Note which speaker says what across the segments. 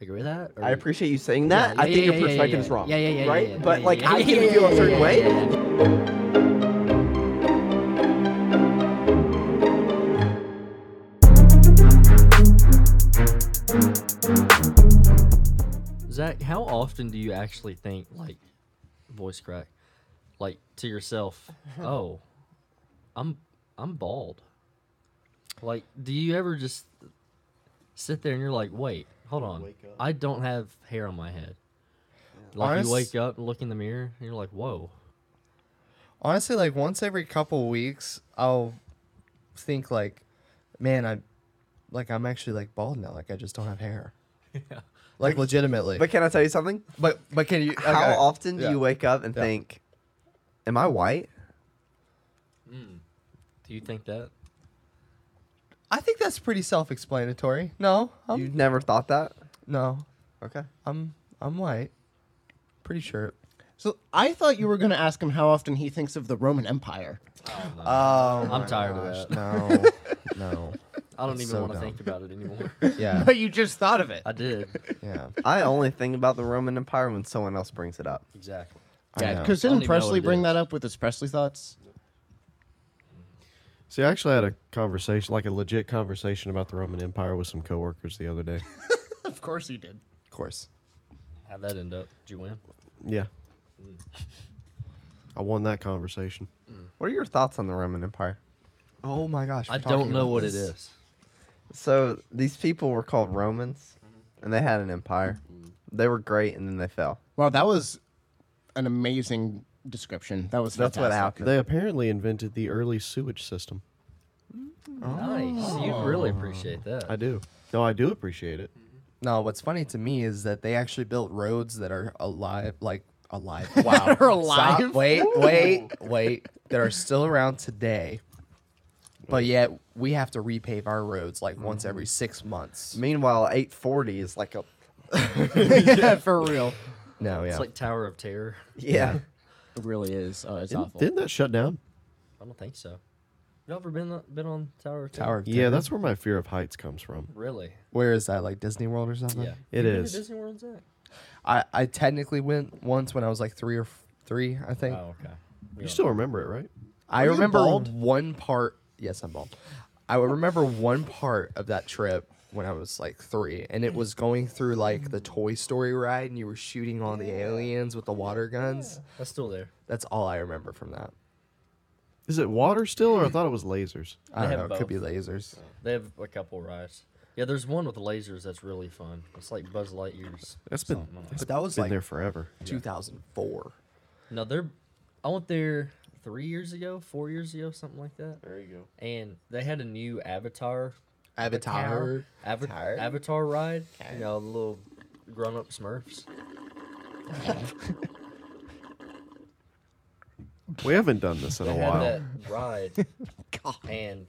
Speaker 1: agree with that? or-
Speaker 2: I appreciate you saying
Speaker 1: Yeah,
Speaker 2: that. I
Speaker 1: yeah, yeah,
Speaker 2: think
Speaker 1: yeah,
Speaker 2: your
Speaker 1: yeah,
Speaker 2: perspective
Speaker 1: yeah.
Speaker 2: is wrong.
Speaker 1: Yeah, yeah, yeah, yeah,
Speaker 2: Right?
Speaker 1: yeah,
Speaker 2: but
Speaker 1: yeah,
Speaker 2: like
Speaker 1: yeah,
Speaker 2: I
Speaker 1: yeah,
Speaker 2: can
Speaker 1: yeah,
Speaker 2: feel
Speaker 1: yeah,
Speaker 2: a certain
Speaker 1: yeah,
Speaker 2: way.
Speaker 1: yeah, yeah. Zach, how often do you actually think like voice crack, like to yourself? Oh, I'm I'm bald. Like, do you ever just sit there and you're like, wait, hold on,
Speaker 3: Wake up.
Speaker 1: I don't have hair on my head. Like
Speaker 3: Honest-
Speaker 1: you wake up and look in the mirror and you're like, whoa.
Speaker 3: Honestly, like once every couple weeks, I'll think like, man, I, like I'm actually like bald now. Like I just don't have hair. Like legitimately.
Speaker 2: But can I tell you something?
Speaker 3: but but can you?
Speaker 2: How
Speaker 3: okay,
Speaker 2: often
Speaker 3: yeah.
Speaker 2: do you wake up and
Speaker 3: Yeah.
Speaker 2: think, Am I white?
Speaker 1: Do you think that?
Speaker 3: I think that's pretty self-explanatory. No, I'm,
Speaker 2: You've never thought that?
Speaker 3: no,
Speaker 2: Okay.
Speaker 3: I'm I'm white. Pretty sure.
Speaker 4: So I thought you were going to ask him how often he thinks of the Roman Empire.
Speaker 3: Oh,
Speaker 1: I'm tired of that.
Speaker 3: No, no.
Speaker 1: I don't
Speaker 3: That's
Speaker 1: even
Speaker 3: so
Speaker 1: want to
Speaker 3: dumb.
Speaker 1: think about it anymore.
Speaker 3: Yeah,
Speaker 4: But you just thought of it.
Speaker 1: I did.
Speaker 3: yeah.
Speaker 2: I only think about the Roman Empire when someone else brings it up.
Speaker 1: Exactly.
Speaker 3: I
Speaker 4: Yeah,
Speaker 3: know.
Speaker 4: because
Speaker 1: I don't
Speaker 4: didn't
Speaker 1: even know what
Speaker 4: Presley
Speaker 1: it
Speaker 4: bring
Speaker 1: is.
Speaker 4: that up with his Presley thoughts?
Speaker 5: See, I actually had a conversation, like a legit conversation about the Roman Empire with some coworkers the other day.
Speaker 4: Of course he did.
Speaker 3: Of course.
Speaker 1: How'd that end up? Did you win?
Speaker 5: Yeah. I won that conversation.
Speaker 2: What are your thoughts on the Roman Empire? Oh my gosh.
Speaker 1: I don't know what it is.
Speaker 2: So these people were called Romans and they had an empire. They were great and then they fell.
Speaker 4: Wow, that was an amazing description. That was
Speaker 2: That's what
Speaker 4: fantastic.
Speaker 2: happened.
Speaker 5: They apparently invented the early sewage system.
Speaker 3: Oh.
Speaker 1: Nice. You really appreciate that.
Speaker 5: I do. No, I do appreciate it.
Speaker 3: No, what's funny to me is that they actually built roads that are alive, like alive. Wow,
Speaker 4: Are alive?
Speaker 3: Stop. Wait, wait, wait. That are still around today, but yet we have to repave our roads like once every six months.
Speaker 2: Meanwhile, 840 is like a.
Speaker 4: yeah, for real.
Speaker 3: No, yeah,
Speaker 1: It's like Tower of Terror.
Speaker 2: Yeah.
Speaker 4: It really is. Oh, it's
Speaker 5: Didn't,
Speaker 4: awful.
Speaker 5: didn't that shut down?
Speaker 1: I don't think so. You ever been on- been on Tower of Terror?
Speaker 3: Tower. of
Speaker 5: Yeah,
Speaker 3: Terror.
Speaker 5: that's where my fear of heights comes from.
Speaker 1: Really?
Speaker 3: where is that? Like Disney World or something?
Speaker 1: Yeah.
Speaker 5: It
Speaker 1: You've been to
Speaker 5: is.
Speaker 1: Disney World's that?
Speaker 3: I I technically went once when I was like three or f- three, I think.
Speaker 1: Oh, okay.
Speaker 5: You still remember it, right?
Speaker 3: I
Speaker 4: you
Speaker 3: remember
Speaker 4: bald?
Speaker 3: one part. Yes, I'm bald. I would remember one part of that trip when I was like three, and it was going through like the Toy Story ride, and you were shooting all the aliens with the water guns.
Speaker 1: That's still there.
Speaker 3: That's all I remember from that.
Speaker 5: Is it water still, or I thought it was lasers?
Speaker 3: I
Speaker 1: They
Speaker 3: don't know.
Speaker 1: have
Speaker 3: It could be lasers.
Speaker 1: They have a couple rides. Yeah, there's one with lasers that's really fun. It's like Buzz Lightyear's.
Speaker 5: That's been
Speaker 1: something like
Speaker 5: that's
Speaker 3: But that was
Speaker 5: been
Speaker 3: like
Speaker 5: there forever.
Speaker 3: 2004.
Speaker 1: No, they're. I went there three years ago, four years ago, something like that. There you go. And they had a new Avatar.
Speaker 3: Avatar.
Speaker 1: Ava-
Speaker 3: Avatar?
Speaker 1: Avatar ride. You know, the little grown-up Smurfs.
Speaker 5: We haven't done this in
Speaker 1: They
Speaker 5: a
Speaker 1: had
Speaker 5: while.
Speaker 1: that ride, and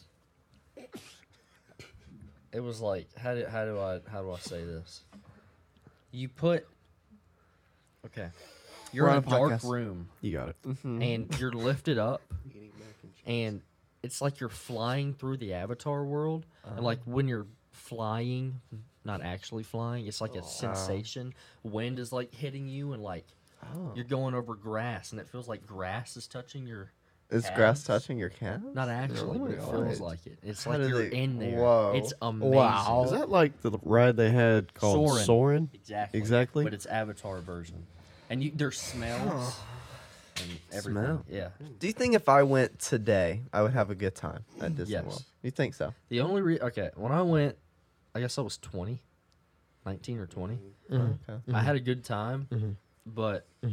Speaker 1: it was like, how do how do I how do I say this? You put okay, you're
Speaker 3: We're
Speaker 1: in a
Speaker 3: on a
Speaker 1: dark
Speaker 3: podcast.
Speaker 1: room,
Speaker 5: You got it.
Speaker 1: Mhm.
Speaker 2: Mm.
Speaker 1: and you're lifted up, and it's like you're flying through the Avatar world,
Speaker 2: Uh-huh.
Speaker 1: and like when you're flying, not actually flying, it's like
Speaker 2: Oh,
Speaker 1: a sensation. Wind is like hitting you, and like
Speaker 2: Oh.
Speaker 1: you're going over grass, and it feels like grass is touching your.
Speaker 2: Is grass
Speaker 1: calves.
Speaker 2: touching your calf?
Speaker 1: Not actually, but it feels
Speaker 2: Oh God.
Speaker 1: like it. It's
Speaker 2: How
Speaker 1: like
Speaker 2: do
Speaker 1: you're
Speaker 2: they-
Speaker 1: in there.
Speaker 2: Whoa.
Speaker 1: It's amazing.
Speaker 4: Wow.
Speaker 5: Is that like the ride they had called
Speaker 1: Soarin'.
Speaker 5: Soarin'?
Speaker 1: Exactly.
Speaker 5: Exactly.
Speaker 1: But it's Avatar version, and you, there's smells and everything.
Speaker 2: Smell.
Speaker 1: Yeah.
Speaker 2: Do you think if I went today, I would have a good time at Disney
Speaker 1: Yes.
Speaker 2: World? You think so?
Speaker 1: The only re- okay when I went, I guess I was 20, 19 or 20
Speaker 2: Okay.
Speaker 1: I had a good time, but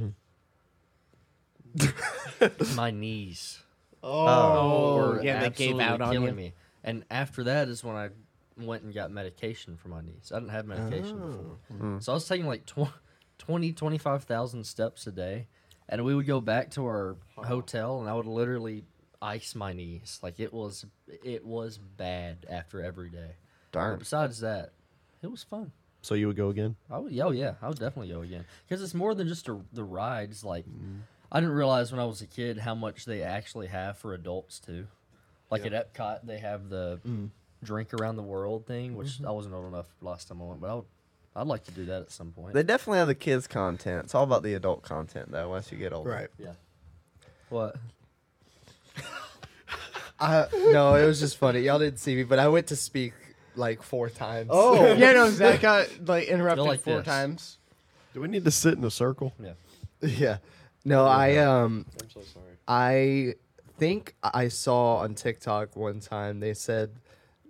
Speaker 1: my knees.
Speaker 4: Oh,
Speaker 1: were
Speaker 4: yeah, they gave
Speaker 1: absolutely
Speaker 4: out on
Speaker 1: killing
Speaker 4: you.
Speaker 1: me. And after that is when I went and got medication for my knees. I didn't have medication
Speaker 4: Oh.
Speaker 1: before. So I was taking like tw- 20, 25,000 steps a day. And we would go back to our hotel and I would literally ice my knees. Like it was it was bad after every day. But
Speaker 2: Darn.
Speaker 1: besides that, it was fun.
Speaker 5: So you would go again?
Speaker 1: I would, oh yeah, I would definitely go again because it's more than just a, the rides. Like, I didn't realize when I was a kid how much they actually have for adults too. Like at Epcot, they have the drink around the world thing, which I wasn't old enough last time I went, but I would I'd like to do that at some point.
Speaker 2: They definitely have the kids content. It's all about the adult content though. Once you get older,
Speaker 3: Right.
Speaker 1: yeah. What?
Speaker 3: I, no, it was just funny. Y'all didn't see me, but I went to speak like four times.
Speaker 4: Oh yeah, no, Zach got like interrupted
Speaker 1: like
Speaker 4: four
Speaker 1: this.
Speaker 4: times.
Speaker 5: Do we need to sit in a circle?
Speaker 1: Yeah.
Speaker 3: yeah. No, I um
Speaker 5: I'm so sorry.
Speaker 3: I think I saw on TikTok one time they said,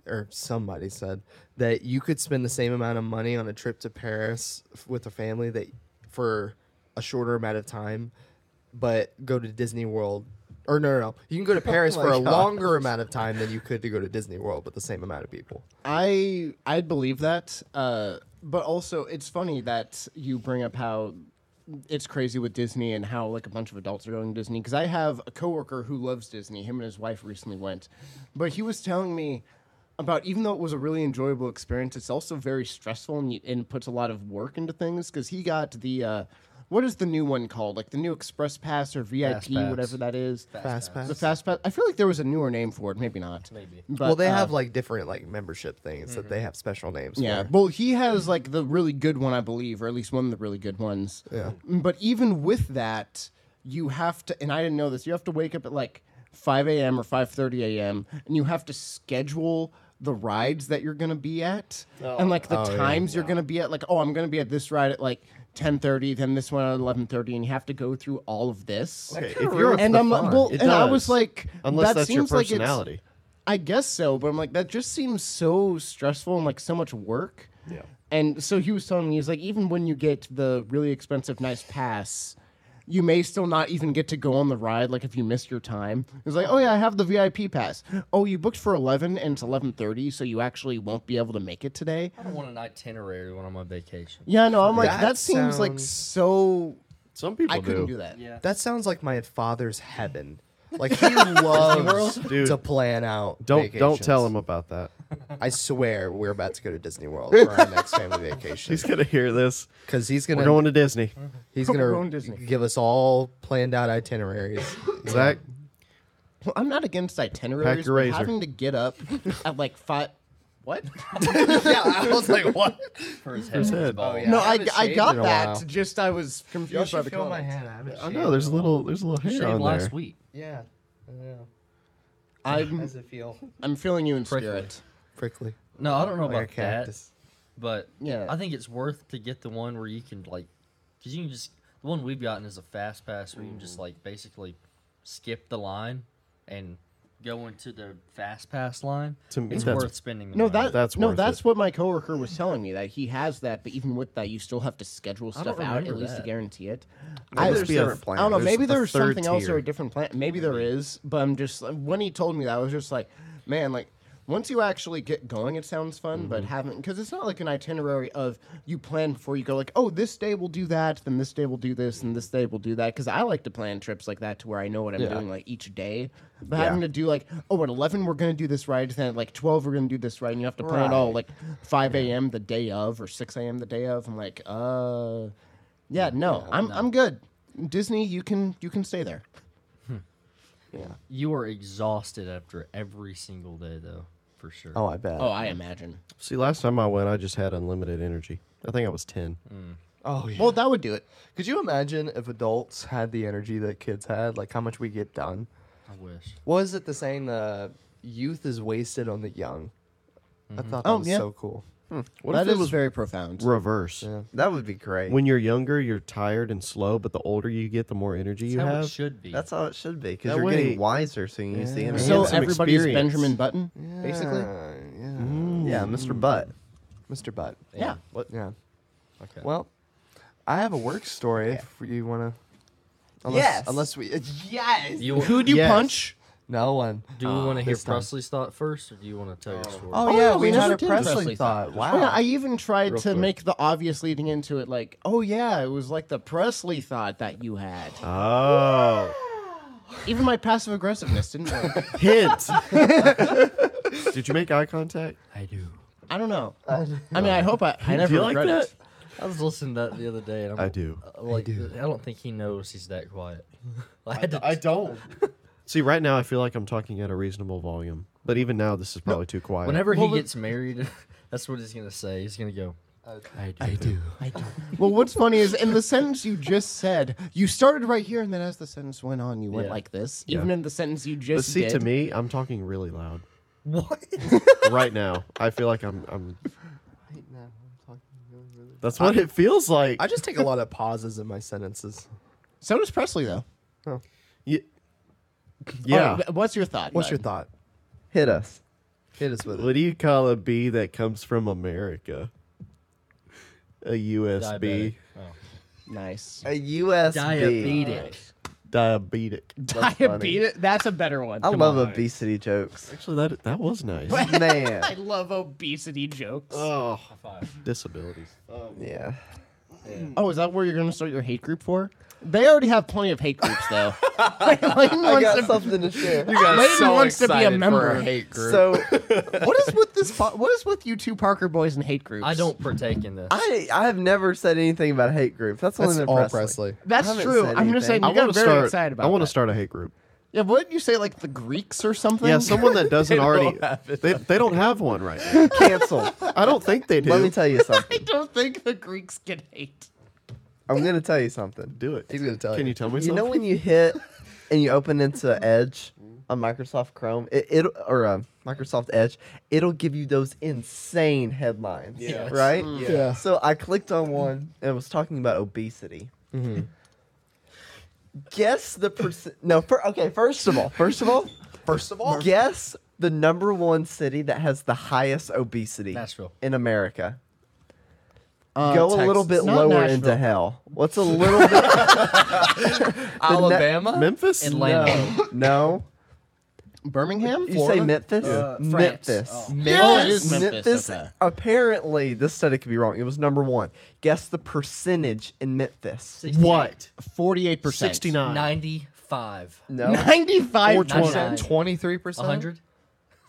Speaker 3: or somebody said, that you could spend the same amount of money on a trip to Paris f- with a family that for a shorter amount of time, but go to Disney World. Or no, no, no. You can go to Paris for a longer amount of time than you could to go to Disney World with the same amount of people.
Speaker 4: I I believe that, uh, but also it's funny that you bring up how it's crazy with Disney and how like a bunch of adults are going to Disney because I have a coworker who loves Disney. Him and his wife recently went, but he was telling me about even though it was a really enjoyable experience, it's also very stressful and, y- and puts a lot of work into things because he got the. Uh, what is the new one called? Like the new Express Pass or VIP,
Speaker 1: Fast Pass.
Speaker 4: whatever that is.
Speaker 3: Fast pass.
Speaker 4: The Fast Pass. I feel like there was a newer name for it. Maybe not.
Speaker 1: Maybe.
Speaker 4: But,
Speaker 3: well, they
Speaker 4: uh,
Speaker 3: have like different like membership things that they have special names.
Speaker 4: yeah.
Speaker 3: for.
Speaker 4: Well, he has like the really good one, I believe, or at least one of the really good ones. Mm,
Speaker 3: Yeah.
Speaker 4: But even with that, you have to, and I didn't know this. You have to wake up at like 5 a.m. or 5:30 a.m. and you have to schedule the rides that you're gonna be at and like the times you're gonna be at. Like, oh, I'm gonna be at this ride at like 10:30, then this one at 11:30, and you have to go through all of this.
Speaker 5: Okay, if you're a-
Speaker 4: And I'm like, well,
Speaker 5: It
Speaker 4: and I
Speaker 5: does.
Speaker 4: was like,
Speaker 5: unless
Speaker 4: that
Speaker 5: that's your
Speaker 4: seems like it's
Speaker 5: personality.
Speaker 4: I guess so, but I'm like, that just seems so stressful and like so much work.
Speaker 5: Yeah.
Speaker 4: And so he was telling me, he's like, even when you get the really expensive, nice pass, you may still not even get to go on the ride. Like if you miss your time, it's like, oh yeah, I have the VIP pass. Oh, you booked for eleven and it's eleven thirty, so you actually won't be able to make it today.
Speaker 1: I don't want an itinerary when I'm on vacation.
Speaker 4: Yeah, no, I'm like, that,
Speaker 3: That
Speaker 4: seems like
Speaker 3: sounds-
Speaker 4: so.
Speaker 5: Some people
Speaker 4: I couldn't do
Speaker 5: that.
Speaker 4: that.
Speaker 1: Yeah.
Speaker 3: That sounds like my father's heaven. Like he loves
Speaker 5: Dude.
Speaker 3: to plan out.
Speaker 5: Don't don't
Speaker 3: vacations.
Speaker 5: tell him about that.
Speaker 3: I swear we're about to go to Disney World for our next family vacation
Speaker 5: He's gonna hear this.
Speaker 3: because he's
Speaker 5: We're
Speaker 3: gonna
Speaker 5: going to Disney.
Speaker 3: he's
Speaker 4: We're going
Speaker 3: gonna
Speaker 4: to Disney.
Speaker 3: give us all planned out itineraries.
Speaker 5: Zach,
Speaker 4: Well, I'm not against itineraries.
Speaker 5: your
Speaker 4: but
Speaker 5: razor.
Speaker 4: Having to get up at like five. What?
Speaker 3: yeah, I was like, what?
Speaker 1: For his head. and his ball.
Speaker 3: yeah.
Speaker 4: No,
Speaker 3: I
Speaker 4: I,
Speaker 3: haven't
Speaker 4: I
Speaker 3: shaved
Speaker 4: got
Speaker 3: in a while.
Speaker 4: that. Just I was confused by the comments.
Speaker 5: I know there's a
Speaker 4: uh,
Speaker 5: little there's a little
Speaker 1: Shaved
Speaker 5: hair on
Speaker 1: last
Speaker 5: there.
Speaker 1: week.
Speaker 3: Yeah, yeah.
Speaker 4: I'm
Speaker 3: it feel?
Speaker 4: I'm feeling you in
Speaker 1: Prickly.
Speaker 4: spirit.
Speaker 3: Prickly.
Speaker 1: No, I don't know
Speaker 3: Like a
Speaker 1: about that,
Speaker 3: cactus.
Speaker 1: but
Speaker 4: Yeah.
Speaker 1: I think it's worth to get the one where you can like, because you can just the one we've gotten is a fast pass where you can just like basically skip the line and go into the fast pass line.
Speaker 5: To me,
Speaker 1: it's
Speaker 5: that's-
Speaker 1: worth spending. The
Speaker 4: No,
Speaker 1: money.
Speaker 4: that
Speaker 5: That's
Speaker 4: no,
Speaker 5: worth
Speaker 4: that's
Speaker 5: it.
Speaker 4: what my coworker was telling me that he has that, but even with that, you still have to schedule
Speaker 1: don't
Speaker 4: stuff out at
Speaker 1: remember
Speaker 4: least to
Speaker 1: that.
Speaker 4: guarantee it.
Speaker 2: Maybe
Speaker 4: I,
Speaker 2: there's
Speaker 5: be a-
Speaker 2: different
Speaker 4: I
Speaker 2: plans.
Speaker 4: don't know.
Speaker 5: There's
Speaker 4: Maybe
Speaker 5: a
Speaker 4: there's
Speaker 5: third
Speaker 4: something else or
Speaker 5: tier.
Speaker 4: a different plan. Maybe there is, but I'm just like, when he told me that, I was just like, man, like. Once you actually get going, it sounds fun, but haven't because it's not like an itinerary of you plan before you go. Like, oh, this day we'll do that, then this day we'll do this, and this day we'll do that. Because I like to plan trips like that to where I know what I'm doing like each day. But having to do like, oh, at eleven we're gonna do this ride, then at like twelve we're gonna do this ride, and you have to plan it all like five a.m. the day of or six a.m. the day of. I'm like, uh, yeah, no, I'm I'm good. Disney, you can you can stay there.
Speaker 1: you are exhausted after every single day though, for sure.
Speaker 3: Oh, I bet.
Speaker 4: Oh, I imagine.
Speaker 5: See, last time I went, I just had unlimited energy. I think I was ten.
Speaker 4: Mm.
Speaker 3: oh yeah.
Speaker 4: Well, that would do it.
Speaker 3: Could you imagine if adults had the energy that kids had? Like how much we get done?
Speaker 1: I wish.
Speaker 3: Was it the saying the youth is wasted on the young? I thought that
Speaker 4: Oh,
Speaker 3: was
Speaker 4: yeah.
Speaker 3: so cool.
Speaker 5: What
Speaker 4: that
Speaker 5: if
Speaker 4: is
Speaker 5: it was
Speaker 4: very profound.
Speaker 5: reverse?
Speaker 2: That would be great.
Speaker 5: When you're younger, you're tired and slow, but the older you get, the more energy you
Speaker 1: That's how
Speaker 5: have.
Speaker 1: it should be.
Speaker 2: That's how it should be because
Speaker 5: That
Speaker 2: you're
Speaker 5: way-
Speaker 2: getting wiser, so you use the internet.
Speaker 4: so
Speaker 5: and some
Speaker 4: everybody's
Speaker 5: experience.
Speaker 4: Benjamin Button, basically.
Speaker 3: Yeah,
Speaker 2: yeah,
Speaker 3: yeah.
Speaker 2: Mr. Butt.
Speaker 3: Mr. Butt.
Speaker 4: Yeah.
Speaker 5: What?
Speaker 3: Yeah.
Speaker 1: Okay.
Speaker 3: Well, I have a work story if you want to. Unless,
Speaker 4: Yes.
Speaker 3: Unless we. yes.
Speaker 1: you,
Speaker 4: Who do you
Speaker 3: Yes.
Speaker 4: punch?
Speaker 3: No one.
Speaker 1: do you want to hear
Speaker 3: this time.
Speaker 1: Presley's thought first, or do you want to tell your story?
Speaker 3: Oh,
Speaker 4: Oh,
Speaker 3: yeah,
Speaker 4: yeah,
Speaker 3: we,
Speaker 4: we
Speaker 3: had
Speaker 4: never
Speaker 3: a
Speaker 4: did
Speaker 3: Presley,
Speaker 4: Presley
Speaker 3: thought. Wow.
Speaker 4: Oh, yeah, I even tried to
Speaker 5: quick.
Speaker 4: make the obvious leading into it, like, oh yeah, it was like the Presley thought that you had.
Speaker 5: Oh,
Speaker 4: Even my passive aggressiveness didn't work.
Speaker 5: hint. Oh, Did you make eye contact?
Speaker 1: I do.
Speaker 4: I don't know. I mean, I hope I, I never
Speaker 5: you like
Speaker 4: regret it.
Speaker 1: I was listening to that the other day, and I'm,
Speaker 5: I do.
Speaker 1: uh, Like, I, don't think he knows he's that quiet. I had to,
Speaker 5: don't. See, right now I feel like I'm talking at a reasonable volume, but even now this is probably too quiet.
Speaker 1: whenever
Speaker 4: Well,
Speaker 1: he
Speaker 4: the-
Speaker 1: gets married, that's what he's gonna say. He's gonna go.
Speaker 5: I do.
Speaker 4: Well, what's funny is in the sentence you just said, you started right here, and then as the sentence went on, you went
Speaker 1: Yeah.
Speaker 4: like this. Even in the sentence you
Speaker 5: But
Speaker 4: just
Speaker 5: see,
Speaker 4: did.
Speaker 5: to me, I'm talking really loud
Speaker 1: What?
Speaker 5: right now. I feel like I'm. I'm that's what it feels like.
Speaker 3: I just take a lot of pauses in my sentences.
Speaker 4: so does Presley though.
Speaker 5: Y- yeah.
Speaker 4: All right, what's your thought?
Speaker 3: What's
Speaker 4: bud?
Speaker 3: your thought?
Speaker 2: Hit us.
Speaker 3: Hit us with it.
Speaker 5: What do you call a bee that comes from America? A USB.
Speaker 4: Nice.
Speaker 2: A USB.
Speaker 1: Diabetic.
Speaker 5: Diabetic.
Speaker 4: Diabetes. That's a better one.
Speaker 2: I
Speaker 4: Come
Speaker 2: love
Speaker 4: on.
Speaker 2: obesity jokes.
Speaker 5: Actually, that that was nice.
Speaker 2: Man.
Speaker 4: I love obesity jokes.
Speaker 5: oh, disabilities.
Speaker 2: Yeah.
Speaker 4: oh, is that where you're going to start your hate group for? They already have plenty of hate groups though. Layton
Speaker 2: I
Speaker 4: wants,
Speaker 2: got
Speaker 4: to,
Speaker 2: something to share.
Speaker 4: Layton wants to be a member.
Speaker 6: hate group.
Speaker 2: So
Speaker 4: what is with this? po- What is with you two Parker boys and hate groups?
Speaker 1: I don't partake in this.
Speaker 2: I I have never said anything about hate groups. That's only
Speaker 3: That's
Speaker 2: been
Speaker 3: all Presley.
Speaker 2: Presley.
Speaker 4: That's
Speaker 2: I haven't
Speaker 4: true.
Speaker 2: said
Speaker 4: I'm just saying.
Speaker 2: anything.
Speaker 4: You
Speaker 5: I want
Speaker 4: got
Speaker 5: to
Speaker 4: very
Speaker 5: start.
Speaker 4: excited about.
Speaker 5: I want to
Speaker 4: that.
Speaker 5: start a hate group.
Speaker 4: Yeah, wouldn't you say like the Greeks or something?
Speaker 5: Yeah, someone that doesn't already. They, they don't have one right now.
Speaker 2: Cancel.
Speaker 5: I don't think they do.
Speaker 2: Let me tell you
Speaker 4: I
Speaker 2: something.
Speaker 4: don't think the Greeks get hate.
Speaker 2: I'm gonna tell you something.
Speaker 5: do it.
Speaker 3: He's gonna tell
Speaker 5: Can
Speaker 3: you.
Speaker 5: you tell me
Speaker 2: You
Speaker 5: something?
Speaker 2: know when you hit and you open into Edge on Microsoft Chrome, it, it or uh, Microsoft Edge, it'll give you those insane headlines,
Speaker 1: Yes.
Speaker 2: right?
Speaker 3: Yeah.
Speaker 2: So I clicked on one and it was talking about obesity. Guess the percent. No, fir- okay. First of all, first of all,
Speaker 3: First of all,
Speaker 2: guess the number one city that has the highest obesity
Speaker 1: Nashville.
Speaker 2: in America.
Speaker 4: Uh,
Speaker 2: Go a little bit
Speaker 4: Texas. Not
Speaker 2: lower
Speaker 4: Nashville.
Speaker 2: into hell. What's a little bit?
Speaker 6: Alabama?
Speaker 5: Memphis?
Speaker 1: Atlanta.
Speaker 2: No. no.
Speaker 4: Birmingham.
Speaker 2: You
Speaker 4: Florida?
Speaker 2: say Memphis?
Speaker 1: Uh, France.
Speaker 2: Memphis.
Speaker 1: Oh.
Speaker 4: Oh, it is Memphis,
Speaker 2: Memphis.
Speaker 4: okay.
Speaker 2: Apparently, this study could be wrong. It was number one. Guess the percentage in Memphis.
Speaker 5: What?
Speaker 4: Forty-eight percent.
Speaker 5: 69.
Speaker 1: 95.
Speaker 2: No.
Speaker 4: Ninety-five
Speaker 1: Nine.
Speaker 4: percent.
Speaker 3: twenty-three percent.
Speaker 1: 100?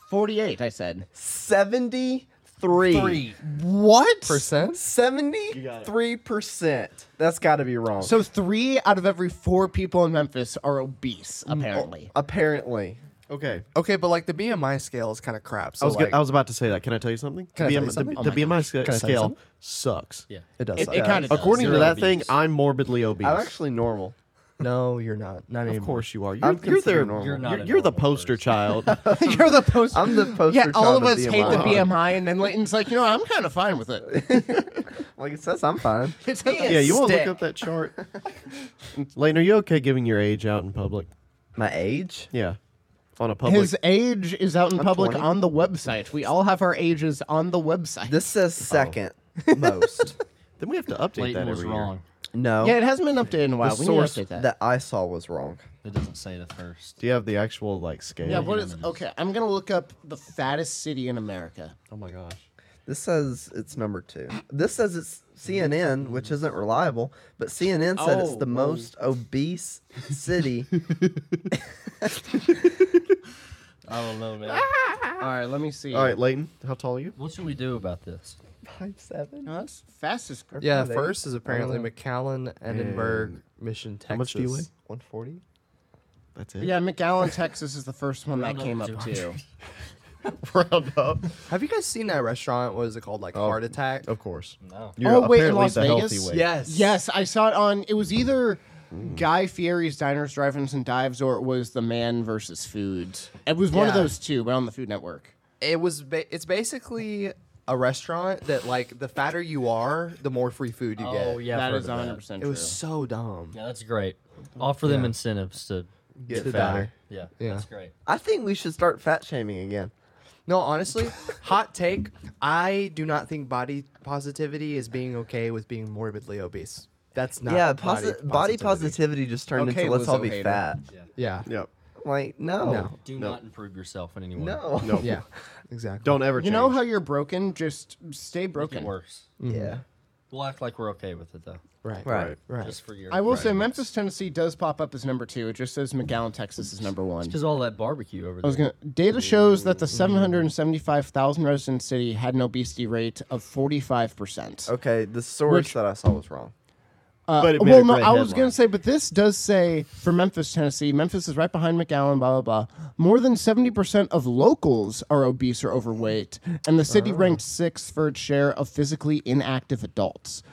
Speaker 4: Forty-eight. I said.
Speaker 2: 73.
Speaker 4: What?
Speaker 3: percent.
Speaker 2: 73%. That's got to be wrong.
Speaker 4: So three out of every four people in Memphis are obese, apparently.
Speaker 2: apparently.
Speaker 5: Okay.
Speaker 3: Okay, but like the BMI scale is kind of crap. So
Speaker 5: I was,
Speaker 3: like,
Speaker 5: go- I was about to say that. Can I tell you something?
Speaker 3: Can I
Speaker 5: the
Speaker 3: tell you
Speaker 5: BMI
Speaker 3: something?
Speaker 5: The,
Speaker 3: Oh
Speaker 5: the
Speaker 4: my
Speaker 5: BMI sca-
Speaker 3: Can I tell you
Speaker 5: scale
Speaker 3: something?
Speaker 5: suck. sucks.
Speaker 1: Yeah.
Speaker 3: it does.
Speaker 4: It,
Speaker 3: suck.
Speaker 4: kind of
Speaker 5: According to
Speaker 1: Zero
Speaker 5: that thing,
Speaker 1: obese.
Speaker 5: I'm morbidly obese.
Speaker 2: I'm actually normal.
Speaker 3: no, you're not. Not anymore.
Speaker 5: of course you are. You're,
Speaker 2: I'm
Speaker 5: you're
Speaker 2: considered
Speaker 5: their-
Speaker 2: normal.
Speaker 1: You're not
Speaker 5: You're,
Speaker 1: a
Speaker 5: you're the
Speaker 1: normal
Speaker 5: poster child.
Speaker 4: You're the poster.
Speaker 2: I'm the poster
Speaker 4: yeah, all
Speaker 2: child
Speaker 4: of us hate the
Speaker 2: BMI.
Speaker 4: BMI, and then Layton's like, you know, I'm kind of fine with it.
Speaker 2: Like it says, I'm fine.
Speaker 4: It's
Speaker 5: yeah, you want to look
Speaker 6: Stick.
Speaker 5: up that chart? Lane, are you okay giving your age out in public?
Speaker 2: My age?
Speaker 5: Yeah. On a public.
Speaker 4: His age is out in public
Speaker 2: 20.
Speaker 4: on the website. We all have our ages on the website.
Speaker 2: This says second most.
Speaker 5: then we have to update
Speaker 1: Clayton
Speaker 5: that
Speaker 1: was
Speaker 5: every
Speaker 1: wrong.
Speaker 5: year.
Speaker 2: No.
Speaker 4: yeah, it hasn't been updated in a
Speaker 2: the
Speaker 4: while. Uh, We need to
Speaker 2: Uh, source
Speaker 4: update that.
Speaker 2: that I saw was wrong.
Speaker 1: It doesn't say the first.
Speaker 5: Do you have the actual like scale?
Speaker 4: Yeah, what is okay? I'm gonna look up the fattest city in America.
Speaker 5: Oh my gosh.
Speaker 2: This says it's number two. This says it's CNN, which isn't reliable, but CNN said it's
Speaker 4: Oh,
Speaker 2: the most obese city.
Speaker 1: I don't know, man.
Speaker 4: All right, let me see.
Speaker 5: All right, Layton, how tall are you?
Speaker 1: What should we do about this?
Speaker 2: Five seven.
Speaker 4: No, Oh, that's fastest. group.
Speaker 3: Yeah,
Speaker 2: They-
Speaker 3: first is apparently McAllen, Edinburgh, Mission, Texas.
Speaker 5: much do you weigh?
Speaker 2: One forty.
Speaker 5: That's it.
Speaker 4: Yeah, McAllen, Texas is the first one that
Speaker 1: Round up
Speaker 4: came
Speaker 1: to
Speaker 4: up
Speaker 1: 200.
Speaker 4: too.
Speaker 5: Round up.
Speaker 3: Have you guys seen that restaurant? What is it called? Like
Speaker 2: Oh.
Speaker 3: Heart Attack?
Speaker 5: Of course.
Speaker 1: No.
Speaker 5: You're
Speaker 4: Oh, wait, in
Speaker 5: apparently
Speaker 4: Las
Speaker 5: the
Speaker 4: Vegas?
Speaker 5: healthy Mm. weight.
Speaker 3: Yes.
Speaker 4: Yes, I saw it on. It was either Guy Fieri's Diners, Drive-ins, and Dives, or it was The Man versus Food. It was one of
Speaker 3: Yeah.
Speaker 4: those two, but on the Food Network.
Speaker 3: It was. Ba- it's basically a restaurant that, like, the fatter you are, the more free food you get.
Speaker 1: Oh, yeah.
Speaker 4: that
Speaker 1: I've
Speaker 4: is
Speaker 1: heard of
Speaker 4: 100
Speaker 3: It
Speaker 4: percent true.
Speaker 3: was so dumb.
Speaker 1: Yeah, that's great. Offer them incentives to
Speaker 2: Get
Speaker 1: get
Speaker 2: to
Speaker 1: fatter.
Speaker 2: die.
Speaker 1: Yeah,
Speaker 3: Yeah.
Speaker 1: that's great.
Speaker 2: I think we should start fat shaming again.
Speaker 3: No, honestly, hot take. I do not think body positivity is being okay with being morbidly obese. That's not.
Speaker 2: yeah,
Speaker 3: body,
Speaker 2: posi- body positivity just turned
Speaker 3: Okay,
Speaker 2: into let's all
Speaker 3: Lizzo
Speaker 2: be
Speaker 3: hater.
Speaker 2: fat.
Speaker 3: Yeah.
Speaker 5: Yep.
Speaker 2: Like no, no,
Speaker 3: No.
Speaker 1: Do not improve yourself in any way.
Speaker 2: no.
Speaker 5: No.
Speaker 3: Yeah. Exactly.
Speaker 5: Don't ever change.
Speaker 4: You know how you're broken? Just stay
Speaker 1: Make it
Speaker 4: broken.
Speaker 1: worse.
Speaker 2: Yeah,
Speaker 1: We'll act like we're okay with it though.
Speaker 2: right.
Speaker 3: Right.
Speaker 5: Right.
Speaker 3: Right.
Speaker 1: Just for your.
Speaker 4: I will say Memphis, Tennessee does pop up as number two. It just says McAllen, Texas is number one.
Speaker 1: because all that barbecue over there.
Speaker 4: I was gonna, data shows that the 775,000 resident city had an obesity rate of 45%.
Speaker 2: Okay, the source
Speaker 4: Which-
Speaker 2: that I saw was wrong.
Speaker 4: Uh,
Speaker 5: But it made
Speaker 4: well,
Speaker 5: a
Speaker 4: no,
Speaker 5: great
Speaker 4: I was
Speaker 5: headline.
Speaker 4: gonna say, but this does say for Memphis, Tennessee. Memphis is right behind McAllen. Blah blah blah. More than seventy percent of locals are obese or overweight, and the city
Speaker 5: Oh.
Speaker 4: ranked sixth for its share of physically inactive adults.